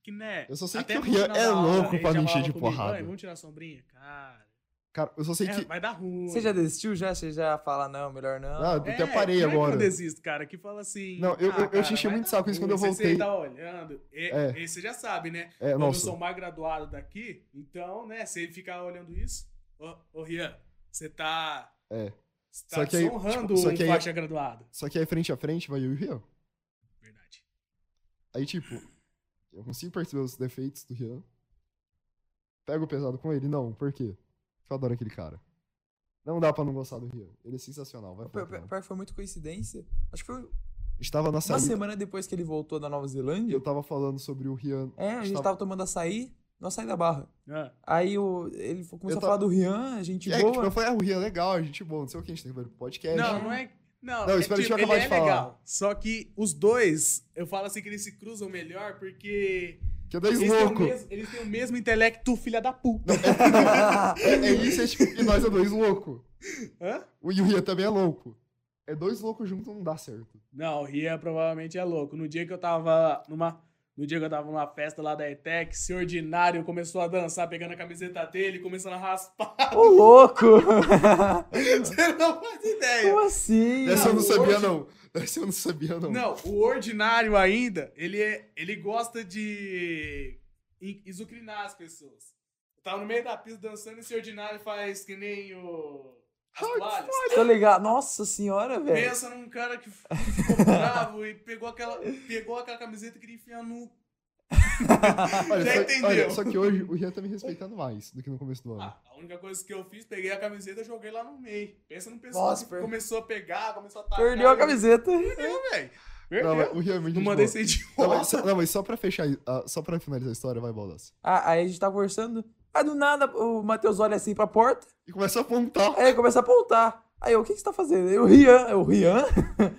que né? Eu só sei até que o no Rian final é da aula, louco ele pra me já encher falava de comigo, porrada. "Ai, Vamos tirar a sombrinha? Cara, Cara, eu só sei é, que. vai dar ruim. Você já desistiu? Já? Você já fala, não, melhor não. Ah, eu até parei não é que agora. eu desisto, cara, que fala assim... Não, eu- eu- eu cara, enchi vai muito dar o saco com isso ruim, quando eu você voltei. tá olhando. E, É. e você já sabe, né? É, Como eu nossa. sou mais graduado daqui, então, né, se ele ficar olhando isso... Ô, ô Rian, você tá... É. Você tá Só que aí, desonrando tipo, só um que aí- faixa graduado. Só que aí frente a frente vai eu e o Rian. Verdade. Aí, tipo, eu consigo perceber os defeitos do Rian. Pego pesado com ele? Não, por quê? Porque eu adoro aquele cara. Não dá pra não gostar do Rian. Ele é sensacional, vai pra Pior- final. Pior pior que foi muito coincidência. Acho que foi uma A gente tava na saída semana depois que ele voltou da Nova e Zelândia. eu tava falando sobre o Rian. É, a gente Estava- tava tomando açaí, no açaí da barra. Ah, Aí o, ele fo- começou Eu a tava- falar do Rian, gente é, tipo, boa. eu falei, ah, o Rian é legal, a gente boa, não sei o que, a gente tem que ver pro podcast. Não, não é. Não, Não, espera, é, tipo, deixa eu ele acabar de é falar. legal. Só que os dois, eu falo assim que eles se cruzam melhor porque. Que é dois Eles têm, o loucos. mesmo, eles têm o mesmo intelecto, filha da puta. É, é isso, é tipo, e nós é dois loucos. Hã? O e o Rian também é louco. É dois loucos juntos, não dá certo. Não, o Ria provavelmente é louco. No dia que eu tava numa. No dia que eu tava numa festa lá da ETEC, esse ordinário começou a dançar, pegando a camiseta dele, começando a raspar. Ô, louco! Você não faz ideia. Como assim? Essa eu não hoje- sabia, não. Essa eu não sabia, não. Não, o ordinário ainda, ele, é- ele gosta de i- exucrinar as pessoas. Eu tava no meio da pista dançando, esse ordinário faz que nem o. As toalhas. Tô ligado. Nossa senhora, velho. Pensa num cara que f- que ficou bravo e pegou aquela, pegou aquela camiseta e queria enfiar no. Olha, Já só, entendeu. olha, só que hoje o Rian tá me respeitando mais do que no começo do ano. Ah, a única coisa que eu fiz, peguei a camiseta e joguei lá no meio. Pensa num pessoal Nossa, que per- começou a pegar, começou a tacar. Perdeu a camiseta. Perdeu, velho. Perdeu. não, mas Não, o Rian é muito gente mandei boa. ser Não, idiota. mas, só- não, mas só pra fechar, ah, só pra finalizar a história, vai, Baldas. Ah, aí a gente tá conversando. Aí do nada o Matheus olha assim pra porta. E começa a apontar. Aí ele começa a apontar. Aí eu, o que que você tá fazendo? Eu, Rian. Eu, Rian?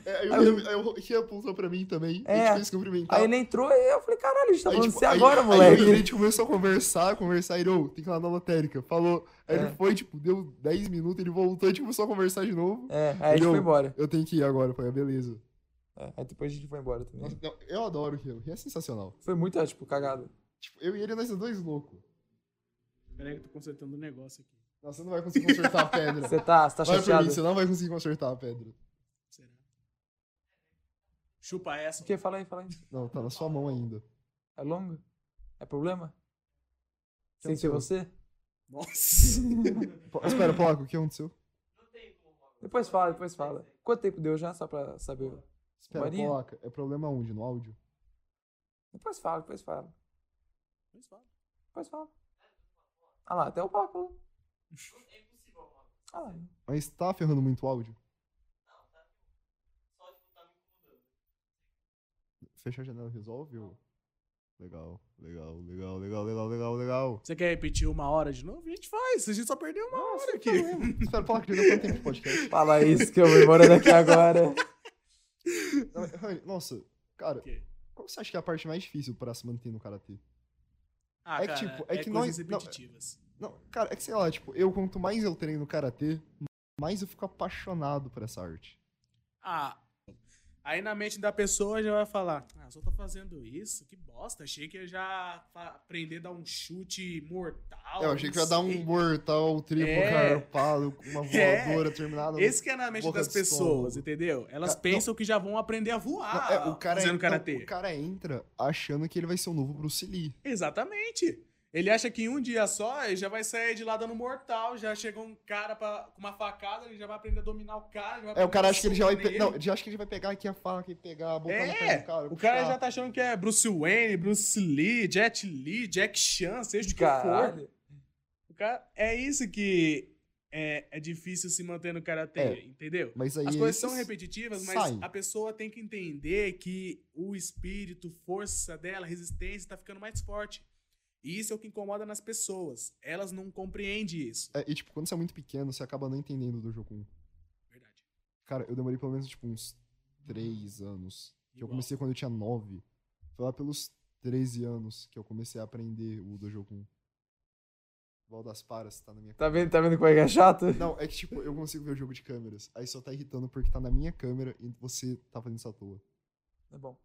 É, aí, Aí o Rian, aí o Rian apontou pra mim também. É. A gente fez cumprimentar. Aí ele entrou e eu falei, caralho, a gente tá Aí, falando tipo, de você aí- agora, aí moleque. a gente começou a conversar, conversar, ele, ô, tem que ir lá na lotérica. Falou. Aí É. ele foi, tipo, deu 10 minutos, ele voltou, a gente começou a conversar de novo. É, aí a gente Entendeu? foi embora. Eu tenho que ir agora, foi, beleza. É, aí depois a gente foi embora também. Nossa, não, eu adoro o Rian, o Rian é sensacional. Foi muito, tipo, cagado. Tipo, eu e ele, nós somos dois loucos. Peraí que eu tô consertando um negócio aqui. Nossa, você não vai conseguir consertar a pedra. Você tá, você tá Vai por chateado. mim, você não vai conseguir consertar a pedra. Será? Chupa essa. O que? Fala aí, fala aí. Não, tá na sua mão ainda. É longo? É problema? Quem Sem ser sou? você? Nossa. Po- Espera, Placo, o que aconteceu? Depois fala, depois fala. Quanto tempo deu já, só pra saber? Espera, Maria? Placa, é problema onde? No áudio? Depois fala, depois fala. Depois fala. Ah lá, até o Paco. lá. Ah lá. Mas tá ferrando muito o áudio? Fecha a janela, resolve? ou- Legal, legal, legal, legal, legal, legal, legal. Você quer repetir uma hora de novo? A gente faz. A gente só perdeu uma hora aqui. Tá Espera, Placa, já deu quanto tempo de podcast? Fala isso que eu vou embora daqui agora. Não, mas, Rani, Nossa, cara, O quê? qual você acha que é a parte mais difícil pra se manter no Karatê? Ah, É que, cara, tipo, é que nós- coisas não, repetitivas. Não, cara, é que sei lá, tipo, eu quanto mais eu treino Karatê, mais eu fico apaixonado por essa arte. Ah, aí na mente da pessoa já vai falar, ah, só tá fazendo isso? Que bosta, achei que ia já fa- aprender a dar um chute mortal. eu achei não que ia dar um sei." mortal, triplo, Ah, É. carpado, uma É. voadora terminada. Esse que é na mente boca das de pessoas, estômago. entendeu? Elas Ca- pensam que já vão aprender a voar Não, é, o cara fazendo entra, karatê. O cara entra achando que ele vai ser o novo Bruce Lee. Exatamente. Ele acha que em um dia só ele já vai sair de lá dando mortal, já chega um cara pra- com uma facada, ele já vai aprender a dominar o cara. já vai É, o cara aprender a acha que ele já vai. soco Pe... Não, ele já acha que ele vai pegar aqui a faca e pegar a boca no pé É, do cara. o cara puxar. já tá achando que é Bruce Wayne, Bruce Lee, Jet Lee, Jack Chan, seja o que for. Caralho. O cara, é isso que é, é difícil se manter no karatê, É. entendeu? Mas aí. As coisas esses- são repetitivas, mas saem. a pessoa tem que entender que o espírito, força dela, resistência tá ficando mais forte. E isso é o que incomoda nas pessoas. Elas não compreendem isso. é, e, tipo, quando você é muito pequeno, você acaba não entendendo do um. Jokun. É Verdade. Cara, eu demorei pelo menos, tipo, uns 3 anos. Que eu Igual. comecei quando eu tinha 9. Foi lá pelos 13 anos que eu comecei a aprender o do Jokun. Valdas Paras tá na minha Tá vendo, tá vendo como é que é chato? Não, é que tipo, eu consigo ver o jogo de câmeras. Aí só tá irritando porque tá na minha câmera e você tá fazendo isso à toa. Tá bom.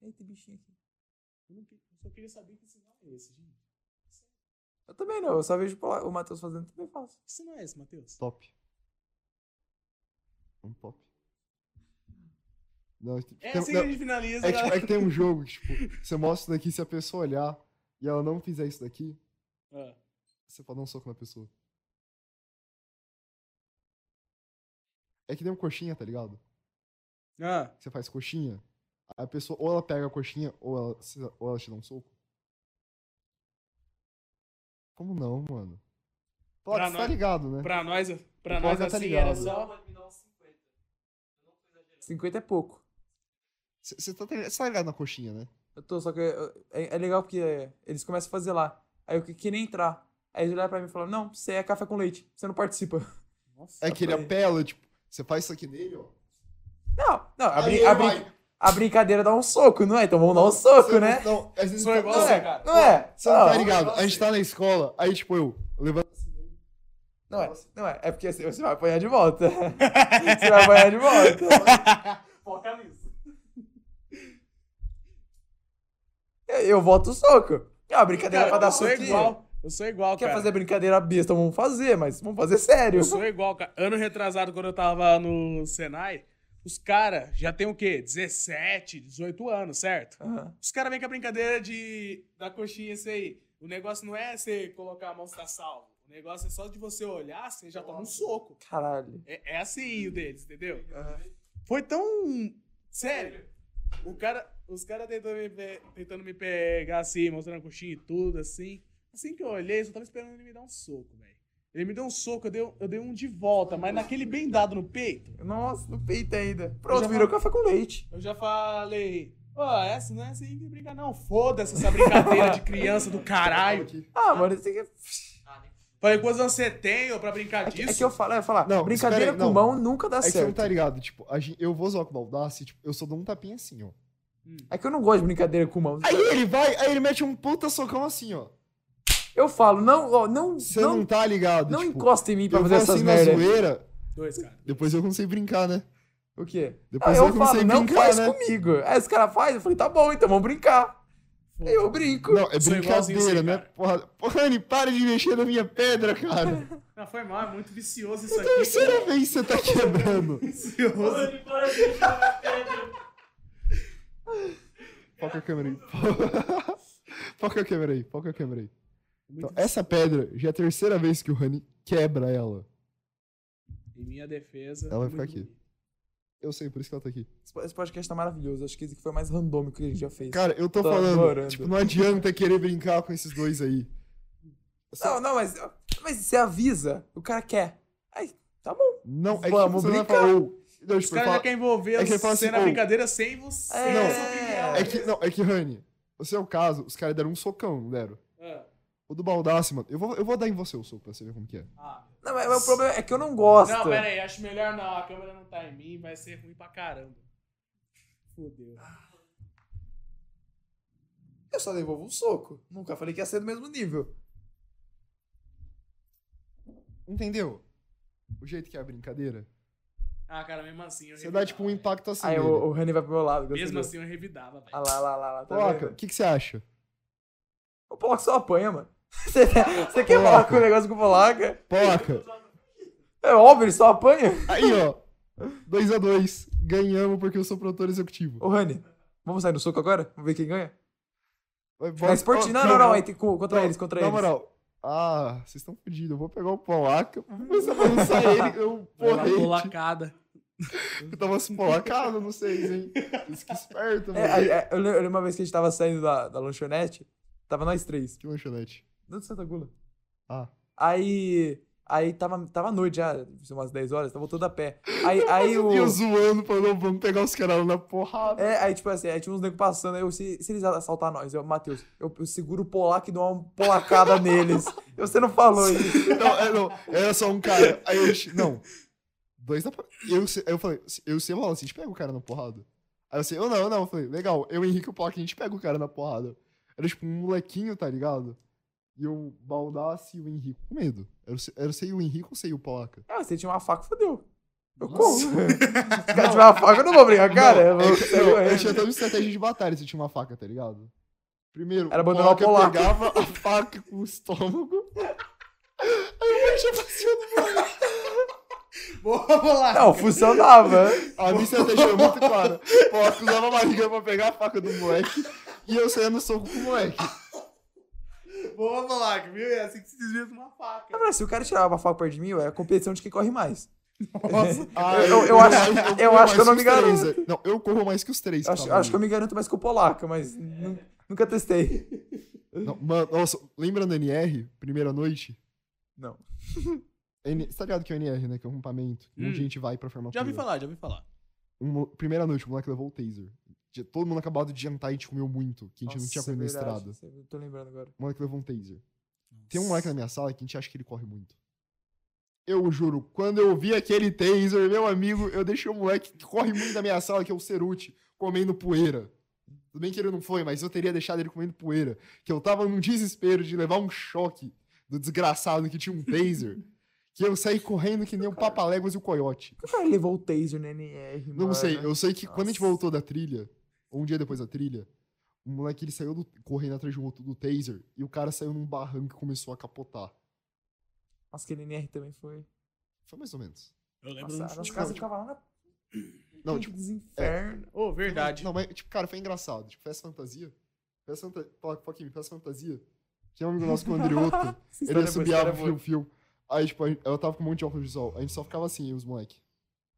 Eita, bichinho aqui. Eu, não que- eu só queria saber que sinal é esse, gente. Eu também não, eu só vejo o o Matheus fazendo, também faço. Que sinal é esse, Matheus? Top. Um top. Não, é, que- É tem- assim não, que a gente finaliza. é que, tipo, galera. é que tem um jogo que, tipo, você mostra isso daqui, se a pessoa olhar e ela não fizer isso daqui, Ah. você pode dar um soco na pessoa. É que nem um coxinha, tá ligado? Ah, Você faz coxinha, a pessoa ou ela pega a coxinha ou ela, ou ela te dá um soco. Como não, mano? Pô, Pra você tá nós- ligado, né? pra nós, pra O nós Poca tá assim ligado. era só. 50 é pouco. Você você tá, você tá ligado na coxinha, né? Eu tô, só que eu- é, é legal porque é, eles começam a fazer lá. Aí eu que- queria entrar. Aí eles olharam pra mim e falaram, não, você é café com leite, você não participa. Nossa. É que ele foi. apela, tipo, você faz isso aqui nele, ó. Não, não, a, Aí brin- ele a vai. brin- a brincadeira dá um soco, não é? Então vamos dar um soco, Você não- um né? Não, às vezes Sou tá- igual não, você, é, cara. Não é? Você não tá Não, ligado? A gente tá na escola, aí tipo eu, levanto assim nele. não é, não é. É porque você você vai apanhar de volta. você vai apanhar de volta. Foca nisso. Eu, eu voto soco. É uma brincadeira Cara, pra dar eu sou soquinho. né? igual. Eu sou igual, Quer cara. fazer brincadeira besta, vamos fazer, mas vamos fazer sério. Eu Uhum. sou igual, cara. Ano retrasado, quando eu tava no Senai, os caras já tem o quê? 17, 18 anos, certo? Aham. Os caras vêm com a brincadeira de da coxinha esse aí. O negócio não é você colocar a mão se tá salvo. O negócio é só de você olhar, você já toma um soco. Caralho. É, é assim o deles, entendeu? Foi tão. Sério. O cara, os caras tentando, me pe- tentando me pegar assim, mostrando a coxinha e tudo, assim. Assim que eu olhei, só tava esperando ele me dar um soco, velho. Ele me deu um soco, eu dei, um- eu dei um de volta, mas naquele bem dado no peito, Nossa, no peito ainda. Eu já Pronto, virou vou- café com leite. eu já falei. Ó, essa não é assim que brincar, não. Foda-se essa brincadeira de criança do caralho. Ah, mano, isso aqui é... Falei, quantos anos você tem ó, pra brincar É que, é disso? que eu falo, eu ia falar, Não, brincadeira espera aí, com não. mão nunca dá É que você não certo. tá ligado, tipo, a gente- eu vou zoar com o Baldaço, tipo, eu só dou um tapinha assim, ó. É que eu não gosto de brincadeira com mão. Aí ele vai, aí ele mete um puta socão assim, ó. Eu falo, não, ó, não, Você não, não, tá ligado, não tipo, encosta em mim pra eu fazer vou essas assim na merdas. zoeira, Dois, cara. depois eu comecei a brincar, né? O quê? Depois Ah, eu eu comecei falo, a não brincar, faz né? comigo. É, Aí os caras fazem, eu falei, tá bom, então vamos brincar. Aí eu brinco. Não, é Sou igualzinho brincadeira, você, né? cara. Porra, porra, Anny, para de mexer na minha pedra, cara. Não, foi mal, é muito vicioso isso aqui. Terceira vez que você tá quebrando. Vicioso. Foca a câmera aí. Foca a câmera aí, foca a câmera aí. Então, essa pedra já é a terceira vez que o Rani quebra ela. Em minha defesa. é Ela vai muito ficar aqui. bonito. Eu sei, por isso que ela tá aqui. Esse po- Esse podcast tá maravilhoso. Acho que esse aqui foi o mais randômico que a gente já fez. Cara, eu tô, Tô falando, adorando. tipo, não adianta querer brincar com esses dois aí. não, não, mas, mas você avisa, o cara quer. Aí, tá bom. Não, é Vamos que você não vai brincar. falar, ô, não, Os tipo, caras fala- já querem envolver é que ele fala você assim, na "Ô, brincadeira sem você. É. na sua opinião. É que, não, é que, Rani, você é o caso, os caras deram um socão, não deram? Ah, O do Baldassi, mano, eu vou, eu vou dar em você o soco pra você ver como que é. ah. Não, mas, mas o problema é que eu não gosto. Não, pera aí, acho melhor não. A câmera não tá em mim, vai ser ruim pra caramba. Fudeu. Eu só devolvo um soco. Nunca falei que ia ser do mesmo nível. Entendeu? O jeito que é a brincadeira. Ah, cara, mesmo assim eu Você dá, revidava, tipo, um velho. impacto assim. Aí nele. o, o Rani vai pro meu lado. gostei Mesmo desse. assim eu revidava, velho. Ah lá, lá, lá, lá. Tá Coloca, o vendo? que, que você acha? O Polaco só apanha, mano. Você você quer falar com o negócio com o Polaca? Coloca. É óbvio, ele só apanha. Aí, ó. 2 a 2 Ganhamos porque eu sou produtor executivo. Ô, Rani, vamos sair no soco agora? Vamos ver quem ganha? Vai, bora- Mas esporte, ó, não, é não, não. Aí tem co- contra não, eles, contra na eles. moral. Ah, vocês estão fodidos. Eu vou pegar o polaca, vou começar a balançar ele. Eu Vai lá, porrete. Polacada. Eu tava se polacado, não sei, hein. Isso que esperto, É, mano. é, é, eu lem- eu lembro uma vez que a gente tava saindo da, da lanchonete, tava nós três. Que lanchonete. Não de Santa Gula. Ah. Aí. Aí tava, tava noite já, são umas 10 horas, tava todo a pé. Aí, aí o. E eu zoando, falando, vamos pegar os caras na porrada. É, aí tipo assim, aí tinha uns negros passando, aí eu, se, se eles assaltar nós, eu, Matheus, eu, eu seguro o polaco e dou uma polacada neles. E Você não falou isso. Não, é, não, era só um cara. Aí eu, che- não. Dois da eu, se- eu falei, se- eu sei, Wallace, a gente pega o cara na porrada. Aí eu sei, eu não, eu não. Eu falei, legal, eu, Henrique e o Placa, a gente pega o cara na porrada. Era tipo um molequinho, tá ligado? E o Baldaço e o Henrique com medo. Era, o se- era sei o Henrique ou sei o Placa? Ah, você tinha uma faca, fodeu. Eu Nossa. como? Se o cara tiver uma faca, eu não vou brigar, cara. eu Não, vou- é que- não, eu tinha toda uma estratégia de batalha se tinha uma faca, tá ligado? Primeiro, Era abandonar o Polaco. pegava a faca com o estômago. Aí o Mancha fazia Boa, Polaca. Não, funcionava. A minha estratégia é muito clara. Posso usava a barriga pra pegar a faca do moleque e eu saía no soco com o moleque. Boa, Polaca, viu? É assim que se desvia de uma faca. Agora, se o cara tirava uma faca perto de mim, ué, é a competição de quem corre mais. Aí, eu- eu acho- eu corro acho que eu mais não me os três, garanto. né? Não, eu corro mais que os três. Eu acho, calma acho que eu aí. me garanto mais que o Polaca, mas nu- nunca testei. Não, mano, nossa, lembra do NR? Primeira noite? Não. N... Você tá ligado que é o NR, né? Que é um rompamento. Um monte de Hum. gente vai pra formar Já ouvi primeira. falar, já ouvi falar. Um mo- primeira noite, o moleque levou o taser. Tinha- Todo mundo acabado de jantar e a gente comeu muito, que a gente não tinha Nossa, é comido na verdade, estrada. eu Tô lembrando agora. O moleque levou um taser. Tem um moleque na minha sala que a gente acha que ele corre muito. Eu juro, quando eu vi aquele taser, meu amigo, eu deixei o moleque que corre muito na minha sala, que é o Cerute, comendo poeira. Tudo bem que ele não foi, mas eu teria deixado ele comendo poeira. Que eu tava num desespero de levar um choque do desgraçado que tinha um taser. que eu saí correndo que nem o Papaléguas e o Coiote. O cara levou o taser no NR, Não mano. sei, eu sei que quando a gente Nossa. voltou da trilha, ou um dia depois da trilha, o O moleque ele saiu do- correndo atrás de um outro do taser e o cara saiu num barranco e começou a capotar. Nossa, aquele NR também foi. Foi mais ou menos. Eu lembro Nossa, um as chute- casas ficavam lá na Não, puta tipo, dos infernos. Ô, verdade. Não, mas, tipo, cara, foi engraçado. Tipo, festa fantasia. Festa fantasia. Fuck me, festa fantasia. Tinha um amigo nosso que é o Andriotto. ele Essa história é boa, essa assobiava história o é boa. fio, fio. Aí, tipo, a gente- eu tava com um monte de óculos de sol. A gente só ficava assim, eu e os moleque.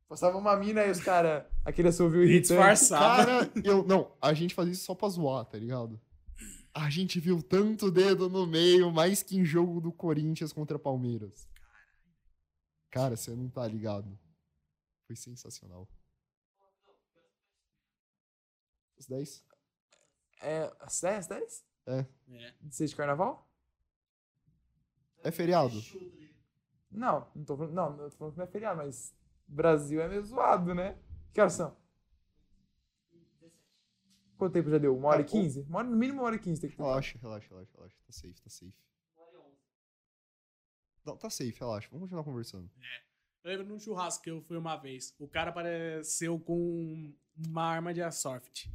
Passava uma mina e os caras. Aquele assobio E irritante. disfarçava. Cara, eu. Não, a gente fazia isso só pra zoar, tá ligado? A gente viu tanto dedo no meio, mais que em jogo do Corinthians contra Palmeiras. Cara, você não tá ligado. Foi sensacional. Os 10? É, às 10, às 10? É. 16 de carnaval? É feriado? Não, não tô falando. Não, não tô falando que não é feriado, mas Brasil é meio zoado, né? Que horas são? Quanto tempo já deu? Uma hora e Cara, o- quinze? Uma hora- No mínimo uma hora e quinze tem que ter. Relaxa, relaxa, relaxa, relaxa. Tá safe, tá safe. Não, tá safe, relaxa. Vamos continuar conversando. Eu lembro num churrasco que eu fui uma vez. O cara apareceu com uma arma de airsoft.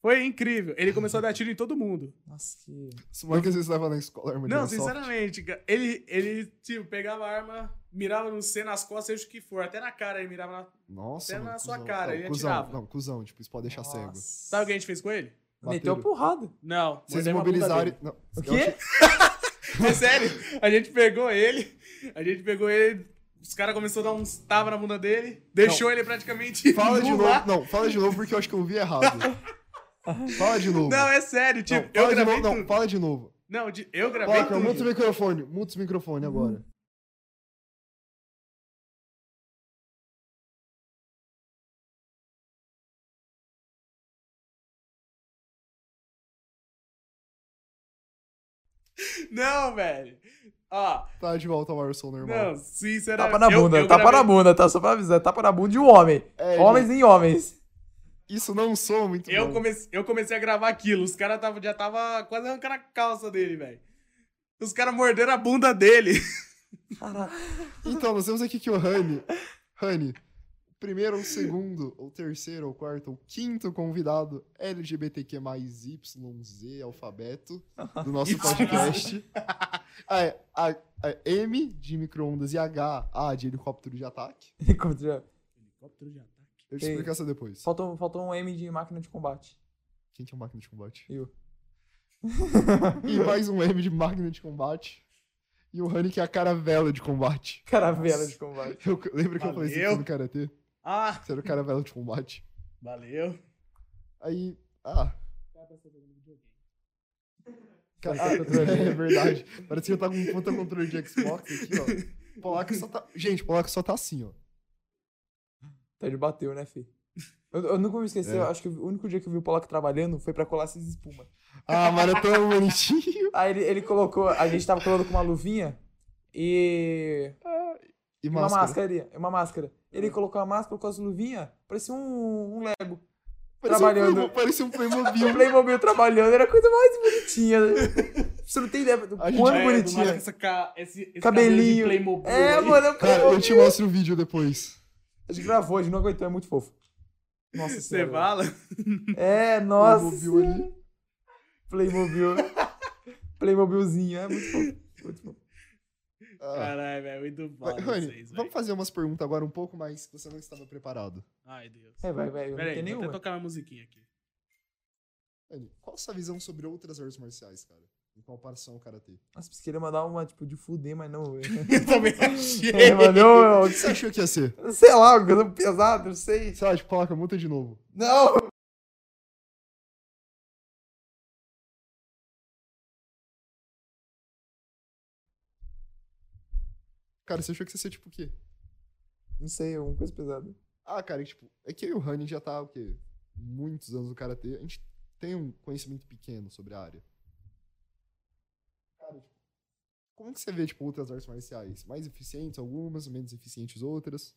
Foi incrível. Ele começou a dar tiro em todo mundo. Nossa, que. Se o Marcos vezes leva na escola, é irmão, Não, sinceramente, cara, ele, ele, tipo, pegava a arma, mirava no C, nas costas, seja o que for. Até na cara ele mirava na... Nossa, Até mano, na sua cuzão. cara, não, ele cuzão, atirava. Não, cuzão, tipo, isso pode deixar cego. Sabe o que a gente fez com ele? Meteu a Bateram. porrada. Não. Vocês mordemos a é bunda mobilizaram... dele. Não, O eu quê? achei- É sério. A gente pegou ele, a gente pegou ele, os caras começaram a dar uns tava na bunda dele, deixou ele praticamente Fala de nu novo. lá. Não, fala de novo porque eu acho que eu ouvi errado. fala de novo. Não, é sério, tipo, Não, eu fala de gravei novo. Não, tudo. fala é de novo. Não, de- eu gravei Placa, muta o tudo. Hum. microfone. Muta o microfone agora. Não, velho. Ó, Tá de volta ao Arson normal. não, sinceramente. Tapa na eu- bunda, eu tapa na gravei- bunda, tá? Só pra avisar, tapa na bunda de um homem. É, Homens em homens. Isso não sou muito Eu bom. comecei, eu comecei a gravar aquilo. Os caras tava, já tava quase arrancando a calça dele, velho. Os caras morderam a bunda dele. Caraca. Então, nós temos aqui que o Rani, Rani, o primeiro, ou segundo, ou terceiro, ou quarto, ou quinto convidado LGBTQ mais YZ alfabeto do nosso podcast. Ah, é, a- a M de micro-ondas e H, A de helicóptero de ataque. Contra- Helicóptero de ataque. Eu te Ei. explico essa depois. Faltou, faltou um M de máquina de combate. Quem que é o máquina de combate? Eu. E mais um M de máquina de combate. E o Rani que é a caravela de combate. Caravela Nossa. de combate. Eu lembro que eu falei Valeu. isso no Karatê? Ah, Você era o caravela de combate. valeu. Aí, ah, Ca- Parece Ah, que eu tô é ali. verdade. Parece que eu tá com um puta controle de Xbox aqui, ó. Polaco só tá. Gente, Polaco só tá assim, ó. Ted bateu, né, fi? Eu, eu nunca vou me esquecer, É. eu acho que o único dia que eu vi o Polaco trabalhando foi pra colar essas espumas. Ah, mas é tão bonitinho. Aí ele, ele colocou, a gente tava colando com uma luvinha e. E e uma máscara. máscara ali, uma máscara. Ele colocou a máscara com as luvinhas, parecia um, um Lego. Parecia trabalhando. Um Playmo- parecia um E o Playmobil. Playmobil trabalhando, era a coisa mais bonitinha. Você não tem ideia do A gente quanto vai- bonitinha. É, Essa ca... esse, esse Cabelinho. Cabelinho. De É, mano, é um Cara, eu Playmobil. te mostro o vídeo depois. A gente gravou, a gente não aguentou, é muito fofo. Nossa Você senhora. fala? É, nossa. Playmobil ali. senhora. Playmobil. Playmobilzinho, é muito fofo. Muito fofo. Ah. Caralho, velho, muito Vai, bom. Rony, Vocês, vamos velho. fazer umas perguntas agora um pouco mais que você não estava preparado. Ai, Deus. É, vai, vai, eu não Pera aí, tenho vou até nenhuma. tocar uma musiquinha aqui. Rony, qual a sua visão sobre outras artes marciais, cara? Em comparação ao karatê? Nossa, você queria mandar uma, tipo, de fuder, mas não, velho. Eu também achei. É, mano, eu- O que você achou que ia ser? eu- sei lá, uma coisa pesada, não sei. Sei lá, tipo, Polaco, muta de novo. Não! Cara, você achou que ia ser tipo o quê? Não sei, alguma coisa pesada. Ah, cara, tipo, é que eu e o Rani já tá, o quê? Muitos anos no Karatê. A gente tem um conhecimento pequeno sobre a área. Cara, tipo, como que você vê, tipo, outras artes marciais? Mais eficientes algumas, menos eficientes outras?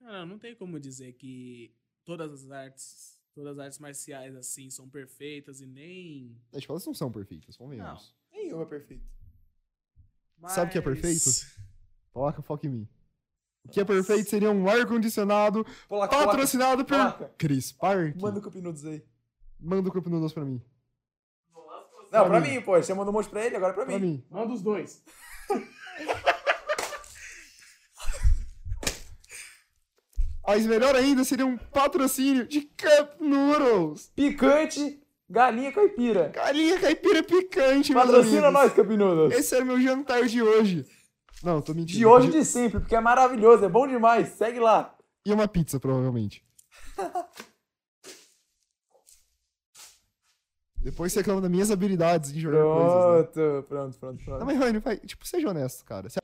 Cara, não tem como dizer que todas as artes, todas as artes marciais assim são perfeitas e nem. É, tipo, elas não são perfeitas, convenhamos. Nenhuma é perfeita. Sabe o que é perfeito? mas- Coloca foco em mim. O que é perfeito seria um ar-condicionado Polaca, polaca. patrocinado por Coloca. Cris Park. Manda o Cupinudos aí. Manda o Cup Noodles pra mim. Não, Pra pra mim. mim, pô. Você mandou um monte pra ele, agora é pra Pra mim. mim. Manda os dois. Mas melhor ainda seria um patrocínio de Cup Noodles. Picante, galinha caipira. Galinha caipira picante, meus Patrocina amigos. nós, Campinudos. Esse era meu jantar de hoje. Não, tô mentindo. De hoje e de sempre, porque é maravilhoso, é bom demais. Segue lá. E uma pizza, provavelmente. Depois você reclama das minhas habilidades de jogar coisas, né? Pronto, pronto, pronto, Não, pronto. mas, Rony, vai. Tipo, seja honesto, cara. Você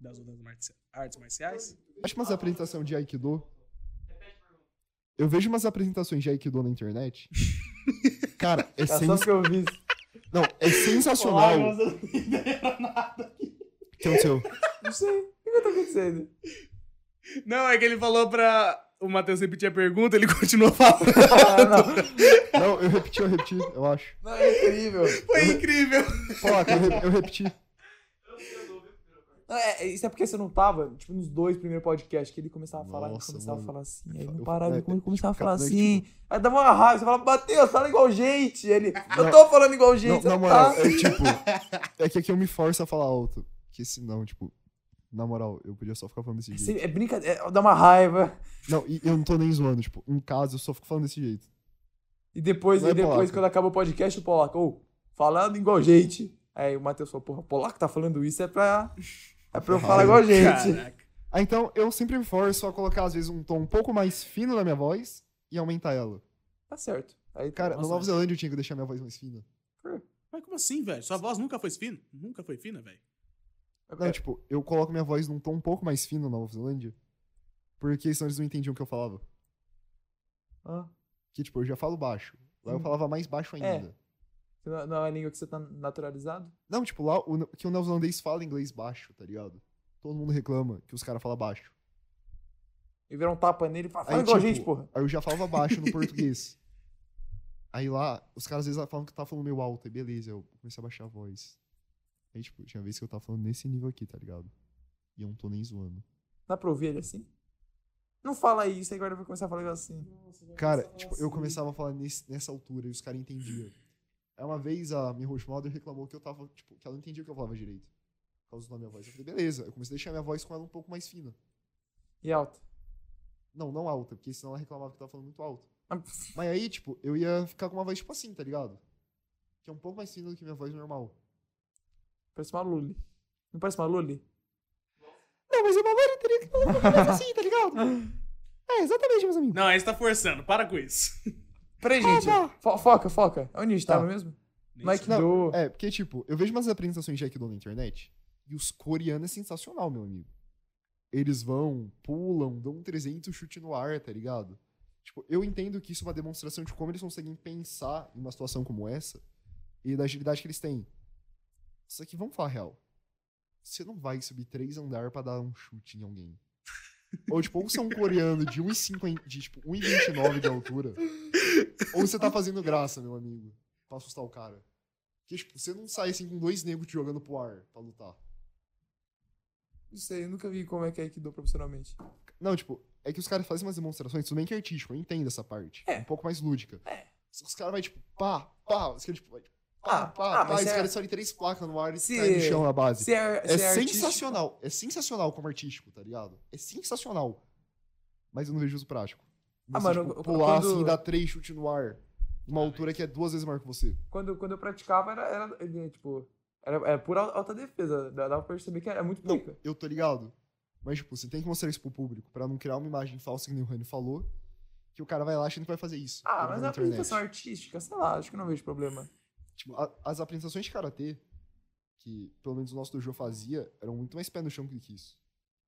Das outras marci- artes marciais. acha umas apresentações de Aikido? Eu vejo umas apresentações de Aikido na internet. Cara, é, É sen... só porque eu vi. Não, é sensacional. Olá, meus amigos. O que aconteceu? Não sei. O que que tá acontecendo? Não, é que ele falou pra. O Matheus repetir a pergunta, ele continuou falando. Ah, não. Não, eu repeti, eu repeti, eu acho. não, é incrível. Foi incrível. Coloca, eu, re- eu repeti. Não, é, é, isso é porque você não tava, tipo, nos dois primeiros podcasts, que ele começava a falar, ele Nossa, começava mano. a falar assim, aí ele Eu- não parava, é, ele come- começava a tipo, falar cada- assim, aí dava uma raiva, você falava, Matheus, fala igual gente, ele, eu tô falando igual Não, gente, na não, moral, tá. é tipo. É que aqui eu me forço a falar alto. Que senão, tipo. Na moral, eu podia só ficar falando desse jeito. Assim, é brincadeira, é, dá uma raiva, Não, e eu não tô nem zoando, tipo, em casa eu só fico falando desse jeito. e depois, Não é e depois polaco. quando acaba o podcast, o Polaco, ô, falando igual gente, aí o Matheus falou, porra, o Polaco tá falando isso, é pra, é pra eu Raiva. falar igual gente. Caraca. Ah, então eu sempre me forço a colocar, às vezes, um tom um pouco mais fino na minha voz e aumentar ela. Tá certo. Aí, Cara, nossa, é, na Nova Zelândia eu tinha que deixar minha voz mais fina. Mas como assim, velho? Sua voz nunca foi fina? Nunca foi fina, velho. é, Não, tipo, eu coloco minha voz num tom um pouco mais fino na Nova Zelândia. Porque senão eles não entendiam o que eu falava. Ah, Que, tipo, eu já falo baixo. Lá eu Hum. falava mais baixo ainda. não, não é a língua que você tá naturalizado? Não, tipo, lá o, que o neozelandês fala inglês baixo, tá ligado? Todo mundo reclama que os caras falam baixo. E virar um tapa nele e fala, fala Aí, igual tipo, gente, porra. Aí eu já falava baixo no português. Aí lá, os caras às vezes falam que eu tava falando meio alto, e beleza, eu comecei a baixar a voz. Aí, tipo, tinha vez que eu tava falando nesse nível aqui, tá ligado? E eu não tô nem zoando. Dá pra ouvir ele assim? Não fala isso, aí agora vai começar a falar assim. Cara, tipo, eu começava a falar nesse- nessa altura e os caras entendiam. Aí uma vez a minha hostmother reclamou que eu tava, tipo, que ela não entendia o que eu falava direito. Por causa da minha voz. Eu falei, beleza, eu comecei a deixar minha voz com ela um pouco mais fina. E alto. Não, não alta, porque senão ela reclamava que eu tava falando muito alto. Mas aí, tipo, eu ia ficar com uma voz tipo assim, tá ligado? Que é um pouco mais fina do que minha voz normal. Parece uma Lully. Não parece uma Lully? Não, mas o Mamãe teria que falar uma coisa assim, tá ligado? É, exatamente, meus amigos. Não, aí você tá forçando. Para com isso. Peraí, gente. não. Fo- foca, foca. É Onde a gente Tá. tava mesmo? Nem Mike sei. Do. É, porque, tipo, eu vejo umas apresentações de Aikido na internet e os coreanos é sensacional, meu amigo. Eles vão, pulam, dão 300 chute no ar, tá ligado? Tipo, eu entendo que isso é uma demonstração de como eles conseguem pensar em uma situação como essa e da agilidade que eles têm. Só que vamos falar a real. Você não vai subir três andares pra dar um chute em alguém. Ou, tipo, ou você é um coreano de 1,50 de, tipo, 1,29 de altura, ou você tá fazendo graça, meu amigo, pra assustar o cara. Que, tipo, você não sai assim com dois negros te jogando pro ar pra lutar. Não sei, eu nunca vi como é que é Aikido profissionalmente. Não, tipo, é que os caras fazem umas demonstrações, tudo bem que é artístico, eu entendo essa parte. É. Um pouco mais lúdica. É. Os caras vai, tipo, pá, pá, os caras, tipo, vai, tipo, pá, Ah, pá, ah, pá, mas e os é- caras soltam três placas no ar e Se- caem no chão na base. Se é, É, se é sensacional, é sensacional como artístico, tá ligado? É sensacional. Mas eu não vejo uso prático. Ah, Você, mano, tipo, eu- pular quando- assim, dar três chutes no ar, numa altura que é duas vezes maior que você. artístico, Quando, quando eu praticava, era, era, eh, tipo. Era, era pura alta defesa. Dá dá pra perceber que era muito Não, pica. eu tô ligado. Mas, tipo, você tem que mostrar isso pro público pra não criar uma imagem falsa que nem o Rani falou. Que o cara vai lá achando que vai fazer isso. Ele Ah, mas é vai na uma internet. apresentação artística, sei lá, acho que eu não vejo problema. Tipo, a- as apresentações de karatê, que pelo menos o nosso dojo fazia, eram muito mais pé no chão do que isso.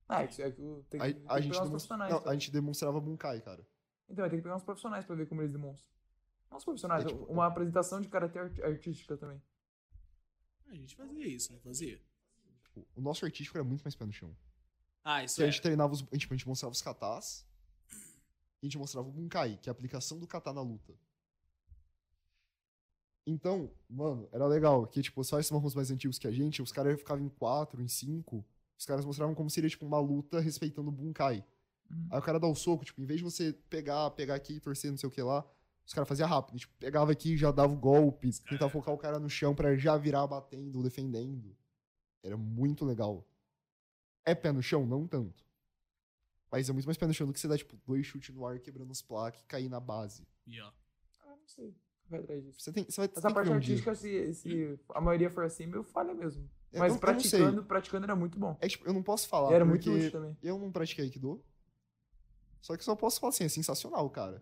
Ah, isso é que eu- tem A, que, a tem que pegar gente, os demonstra- profissionais. não, também. a gente demonstrava bunkai, cara. Então, tem que pegar uns profissionais pra ver como eles demonstram. Não uns profissionais, É, tipo, uma apresentação de caráter art- artística também. Ah, A gente fazia isso, não fazia? Tipo, o nosso artístico era muito mais pé no chão. Ah, isso Porque é. Então, a gente tá treinava os. A gente, a gente mostrava os katás. E a gente mostrava o bunkai, que é a aplicação do katá na luta. Então, mano, era legal. Que, tipo, só esses marrons mais antigos que a gente, os caras ficavam em quatro, em cinco. Os caras mostravam como seria, tipo, uma luta respeitando o bunkai. Uhum. Aí o cara dá o soco, tipo, em vez de você pegar, pegar aqui e torcer, não sei o que lá, Os caras faziam rápido. Tipo, pegava aqui, já dava o golpe, cara- tentava focar o cara no chão pra já virar batendo ou defendendo. Era muito legal. É pé no chão? Não tanto. Mas é muito mais pé no chão do que você dar, tipo, dois chutes no ar, quebrando as placas e cair na base. E ó. Ah, não sei. Vai atrás disso. Você tem, você vai, você Essa tem que parte ver um dia. artística, se, se a maioria for assim, meio falha mesmo. Eu Mas não- eu não sei. praticando, praticando era muito bom. É, tipo, eu não posso falar. E era muito porque útil também. Eu não pratiquei Aikido. Só que eu só posso falar assim, é sensacional, cara.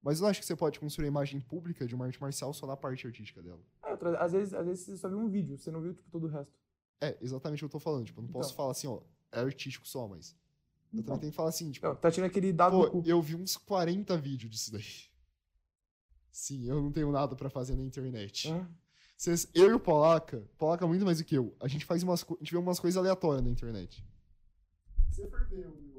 Mas eu não acho que você pode construir a imagem pública de uma arte marcial só na parte artística dela. É, outra- às, vezes, às vezes você só viu um vídeo, você não viu tipo, todo o resto. É, exatamente o que eu tô falando. Tipo, eu não posso Então. falar assim, ó, é artístico só, mas. Eu também tenho que falar assim, tipo, Não, tá tirando aquele dado do pô, cu. eu vi uns 40 vídeos disso daí. Sim, eu não tenho nada pra fazer na internet. Ah, Vocês- eu e o Polaca, Polaca é muito mais do que eu, a gente faz umas, co- a gente vê umas coisas aleatórias na internet. Você perdeu, meu.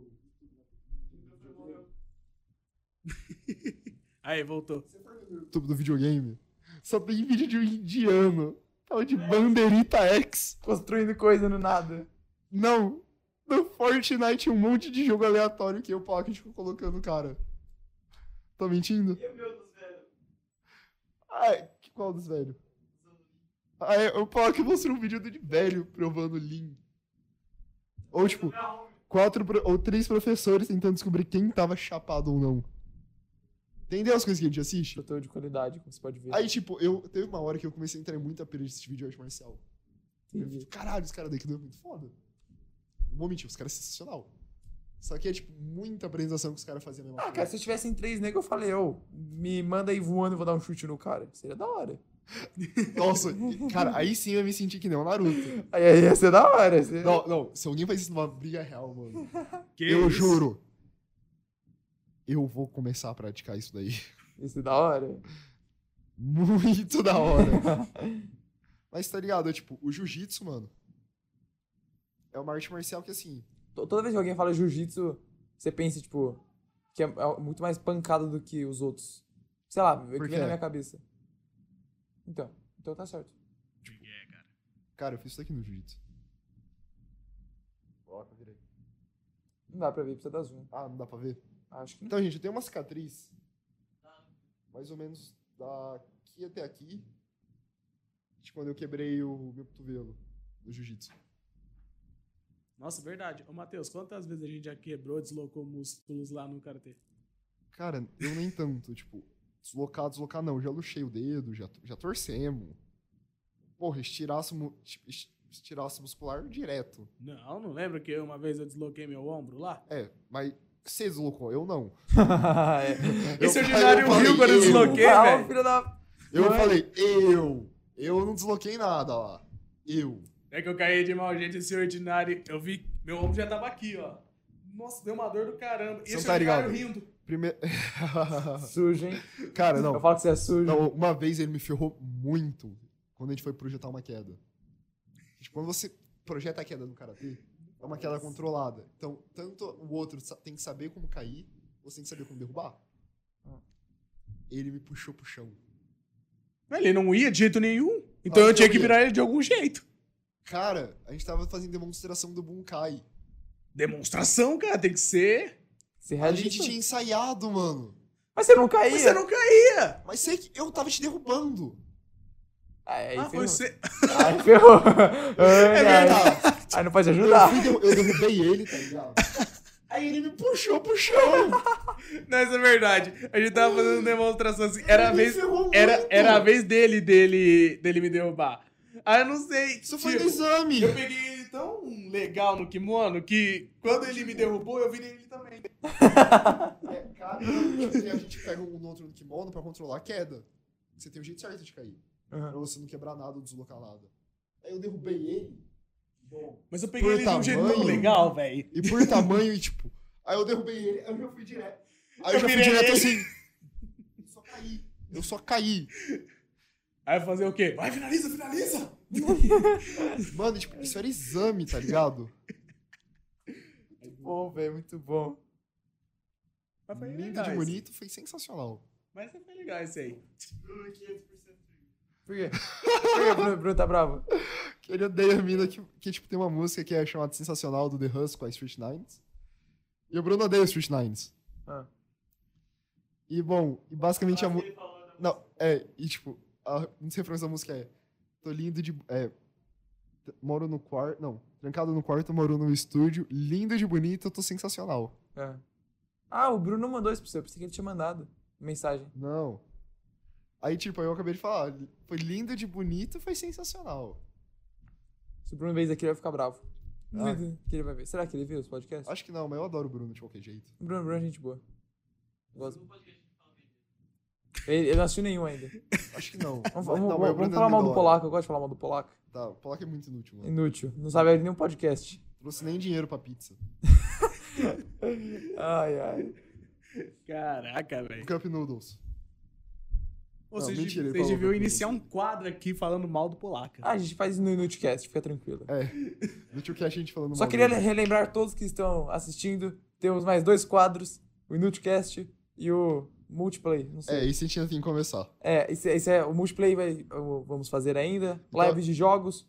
Aí, voltou. YouTube do videogame. Só tem vídeo de um indiano. Tal de Bandeirita X. Construindo coisa no nada. Não. No Fortnite um monte de jogo aleatório que eu Pocket ficou colocando, cara. Tô mentindo? E o meu dos velhos? Ai, que qual dos velhos? Ah, é, o Pocket mostrou um vídeo dele velho provando Lean. Ou tipo, quatro pro- ou três professores tentando descobrir quem tava chapado ou não. Entendeu as coisas que a gente assiste? Chuteiro de qualidade, como você pode ver. Aí, tipo, eu teve uma hora que eu comecei a entrar em muita pira de assistir vídeo de arte marcial. Eu Entendi. fiquei, Caralho, os caras daqui do é muito foda. Não vou mentir, os caras é sensacional. Só que é, tipo, muita apresentação que é? os caras faziam na mesma Ah, cara, coisa. se eu tivesse em três negros, eu falei, ô, me manda aí voando, eu vou dar um chute no cara. Seria da hora. Nossa, cara, aí sim eu me senti que nem o Naruto. Aí aí ia ser da hora. ia ser- Não, não, se alguém faz isso numa briga real, mano, Que eu isso? juro. Eu vou começar a praticar isso daí. Ia ser é da hora. Muito da hora. Mas tá ligado? É, tipo, o jiu-jitsu, mano. É uma arte marcial que assim. To- Toda vez que alguém fala jiu-jitsu, você pensa, tipo, que é é muito mais pancada do que os outros. Sei lá, o que Por vem na quê? minha cabeça. Então, então tá certo. É, cara. Cara, eu fiz isso aqui no jiu-jitsu. Coloca direito. Não dá pra ver, precisa dar zoom. Ah, não dá pra ver? Acho que não. Então, gente, eu tenho uma cicatriz. Mais ou menos daqui até aqui. De quando eu quebrei o meu cotovelo no jiu-jitsu. Nossa, verdade. Ô, Matheus, quantas vezes a gente já quebrou, deslocou músculos lá no Karatê? Cara, eu nem tanto, tipo, deslocar, deslocar não. Já luxei o dedo, já, já torcemos. Porra, estiraço, mu- tipo, es- estiraço muscular direto. Não, não lembro que eu, uma vez eu desloquei meu ombro lá? É, mas você deslocou, eu não. é. Eu- Esse eu ordinário falei, riu quando eu eu- desloquei, Ah, velho. filho da... Eu Não é? falei, eu. Eu não desloquei nada lá. Eu. É que eu caí de mal jeito esse ordinário. Eu vi, meu ombro já tava aqui, ó. Nossa, deu uma dor do caramba. Você Esse não tá ordinário ligado? rindo. Primeiro. Sujo, hein? Cara, não. Eu falo que você é sujo. Não, uma vez ele me ferrou muito quando a gente foi projetar uma queda. Tipo, quando você projeta a queda no karatê, é uma queda controlada. Então, tanto o outro sa- tem que saber como cair, você tem que saber como derrubar. Ah. Ele me puxou pro chão. Ele não ia de jeito nenhum. Então Nossa, eu tinha Ah, eu que ia. virar ele de algum jeito. Cara, a gente tava fazendo demonstração do Bunkai. Demonstração, cara, tem que ser. Você A reage gente tinha ensaiado, mano. Mas você não caía. Mas você não caía. Mas sei que eu tava te derrubando. Ah, aí É, ah, ferrou. foi você. Aí ferrou. Ai, verdade. ai. Aí não pode Eu, ajudar. fui derru- eu derrubei ele, tá ligado? Aí ele me puxou pro chão. Não, isso é verdade. A gente tava fazendo demonstração assim. Era a Ele me vez. ferrou Era, muito. era a vez dele, dele, dele me derrubar. Ah, eu não sei. Isso foi no Tipo, exame. Eu peguei ele tão legal no kimono que quando ele me derrubou, eu virei ele também. É, cara, e a gente pega um no outro no kimono pra controlar a queda. Você tem o jeito certo de cair. Pra Uhum. você não quebrar nada ou deslocar nada. Aí eu derrubei ele. Bom. Mas eu peguei Por ele de um jeito tão tamanho? legal, velho. E por tamanho, e tipo. Aí eu derrubei ele, aí eu já fui direto. Aí eu, Eu já fui virei direto ele. assim. Eu só caí. Eu só caí. Aí fazer o quê? Vai, finaliza, finaliza! Mano, tipo, isso era exame, tá ligado? Muito bom, velho, muito bom. Mas foi Lindo legal de esse. bonito, foi sensacional. Mas foi legal esse aí. Por quê? Por que o Bruno, Bruno tá bravo? Que ele odeia a mina que, que, tipo, tem uma música que é chamada Sensacional do The Husk com a Street Nines. E o Bruno odeia Street Nines. Ah. E, bom, e basicamente a, mu- Ele falou né? da Não, é, e tipo, a, um dos refrões da música é Tô lindo de. É, t- moro no quarto. Não, trancado no quarto, moro no estúdio, lindo de bonito, tô sensacional. É. Ah, o Bruno mandou isso pra você. Eu pensei que ele tinha mandado mensagem. Não. Aí, tipo, eu acabei de falar, li- foi lindo de bonito, foi sensacional. Se o Bruno ver isso aqui, ele vai ficar bravo. Ah. Duvido que ele vai ver. Será que ele viu os podcasts? Acho que não, mas eu adoro o Bruno de qualquer jeito. O Bruno, Bruno é gente boa. Gosto. Ele, ele não assistiu nenhum ainda. Acho que não. Vamos, Mas- vamos- não, mas o vamos- Bruno vamos é falar mal do melhor. polaco. Eu gosto de falar mal do polaco. Tá, o Polaco é muito inútil, mano. Inútil. Não sabe abrir nenhum podcast. Trouxe nem dinheiro pra pizza. Ai, ai. Caraca, velho. Cup Noodles. Ou Não, seja, mentira, ele vocês falou deviam pra mim. iniciar um quadro aqui falando mal do Polaca. Ah, a gente faz no Inutcast, fica tranquilo. No tio que é a gente falando Só mal queria dele. relembrar todos que estão assistindo. Temos mais dois quadros, o Inutcast e o Multiplay. Não É, sei. isso a gente ainda tem que começar. É, esse, esse é o Multiplay, vai, o- vamos fazer ainda. Então- Lives de jogos.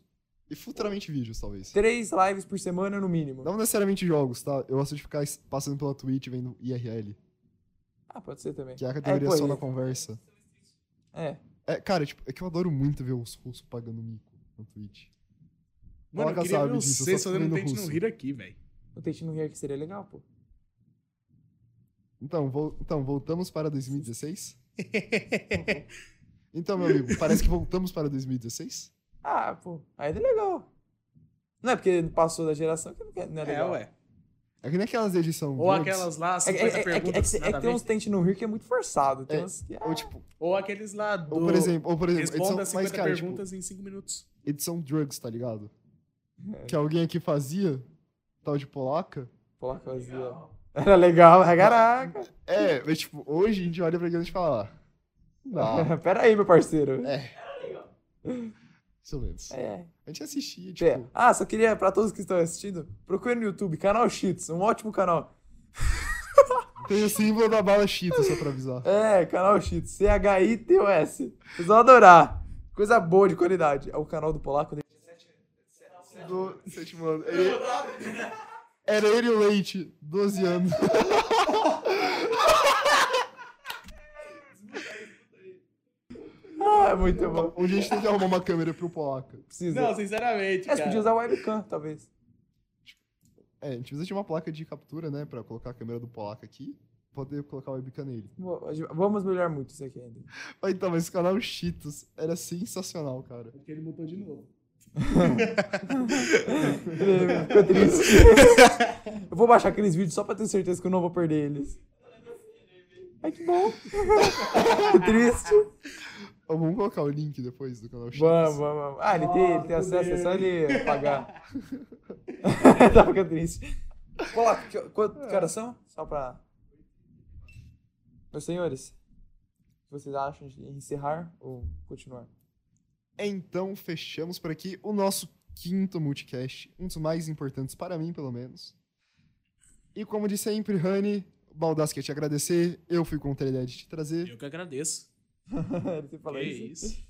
E futuramente vídeos, talvez. Três lives por semana no mínimo. Não necessariamente jogos, tá? Eu gosto de ficar es- passando pela Twitch vendo IRL, Ah, pode ser também. que é a categoria pô, só na e- conversa. É. É, cara, tipo, é que eu adoro muito ver os russos pagando mico na Twitch. Mano, eu Polaca queria sabe ver disso, eu vocês só fazendo fui no tente no russo. rir aqui, velho. O Tate no Rio que seria legal, pô. Então, vol- então voltamos para 2016? então, meu amigo, parece que voltamos para 2016? Ah, pô. Ainda é legal. Não é porque passou da geração que não quer- não é É, legal. ué. É que nem aquelas edição Ou Vlogs, aquelas lá, É, 50 é- é- é que- é perguntas. que- é nada que a tem ver. uns Tent no Rio que é muito forçado. Tem É, uns que. Ou, Ah, tipo, Ou aqueles lá do... ou por exemplo, ou por exemplo, edição, Responda mas, 50 cara, tipo, perguntas em 5 minutos. edição drugs, tá ligado? É. Que alguém aqui fazia, tal de polaca. Polaco vazia. Era legal, mas caraca. É, mas tipo, hoje a gente olha pra aquilo e a gente fala, ah, não, Pera aí, meu parceiro. É. silêncio. É. A gente assistia, tipo... Pé. Ah, só queria, pra todos que estão assistindo, procure no YouTube, canal Cheats, um ótimo canal. Tem o símbolo da bala Cheetos, só pra avisar. É, canal Cheats, C-H-I-T-O-S. Vocês vão adorar. Coisa boa de qualidade. É o canal do Polaco. né? Do sétimo ano. Ele- Era ele e o Leite, 12 anos. Ah, é muito bom. Onde a gente tem que arrumar uma câmera pro Polaca. Precisa. Não, É, sinceramente, Você podia cara. usar webcam, talvez. É, a gente precisa de uma placa de captura, né, pra colocar a câmera do Polaca aqui. Poder colocar o webcam nele. Bom, a gente- Vamos melhorar muito isso aqui ainda. Mas então, mas esse canal Cheetos era sensacional, cara. Porque ele mudou de novo. Ele Ficou triste. Eu vou baixar aqueles vídeos só pra ter certeza que eu não vou perder eles. Ai, que bom. Que triste. Ó, Vamos colocar o link depois do canal Cheetos. Vamos, vamos, vamos. Ah, ele tem, ele tem Ah, acesso, é só fudeu. ele pagar. tá ficando triste. Coloca, que, quanto, que horas são? Só pra. Meus senhores, o que vocês acham de encerrar ou continuar? Então, fechamos por aqui o nosso quinto multicast, um dos mais importantes para mim, pelo menos. E como de sempre, Rani, Baldas quer te agradecer, eu fui contra a ideia de te trazer. Eu que agradeço. ele sempre fala Que isso. isso.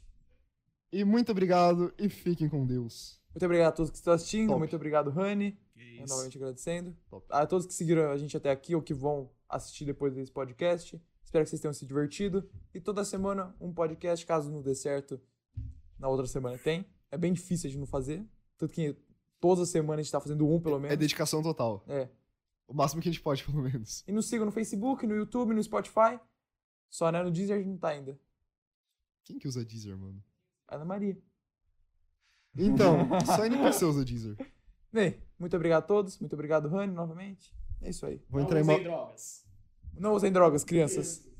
E muito obrigado e fiquem com Deus. Muito obrigado a todos que estão assistindo. Top. Muito obrigado, Rani. Que Eu isso. novamente agradecendo. Top. A todos que seguiram a gente até aqui ou que vão assistir depois desse podcast. Espero que vocês tenham se divertido. E toda semana um podcast, caso não dê certo, na outra semana tem. É bem difícil de não fazer. Tanto que toda semana a gente tá fazendo um, pelo É menos. dedicação total. É. O máximo que a gente pode, pelo menos. E nos sigam no Facebook, no YouTube, no Spotify. Só né, no Deezer a gente não tá ainda. Quem que usa Deezer, mano? Ana Maria. Então, só NPC usa Deezer. Bem, muito obrigado a todos. Muito obrigado, Rani, novamente. É isso aí. Vou entrar em Não mal. usem drogas. Não usem drogas, crianças.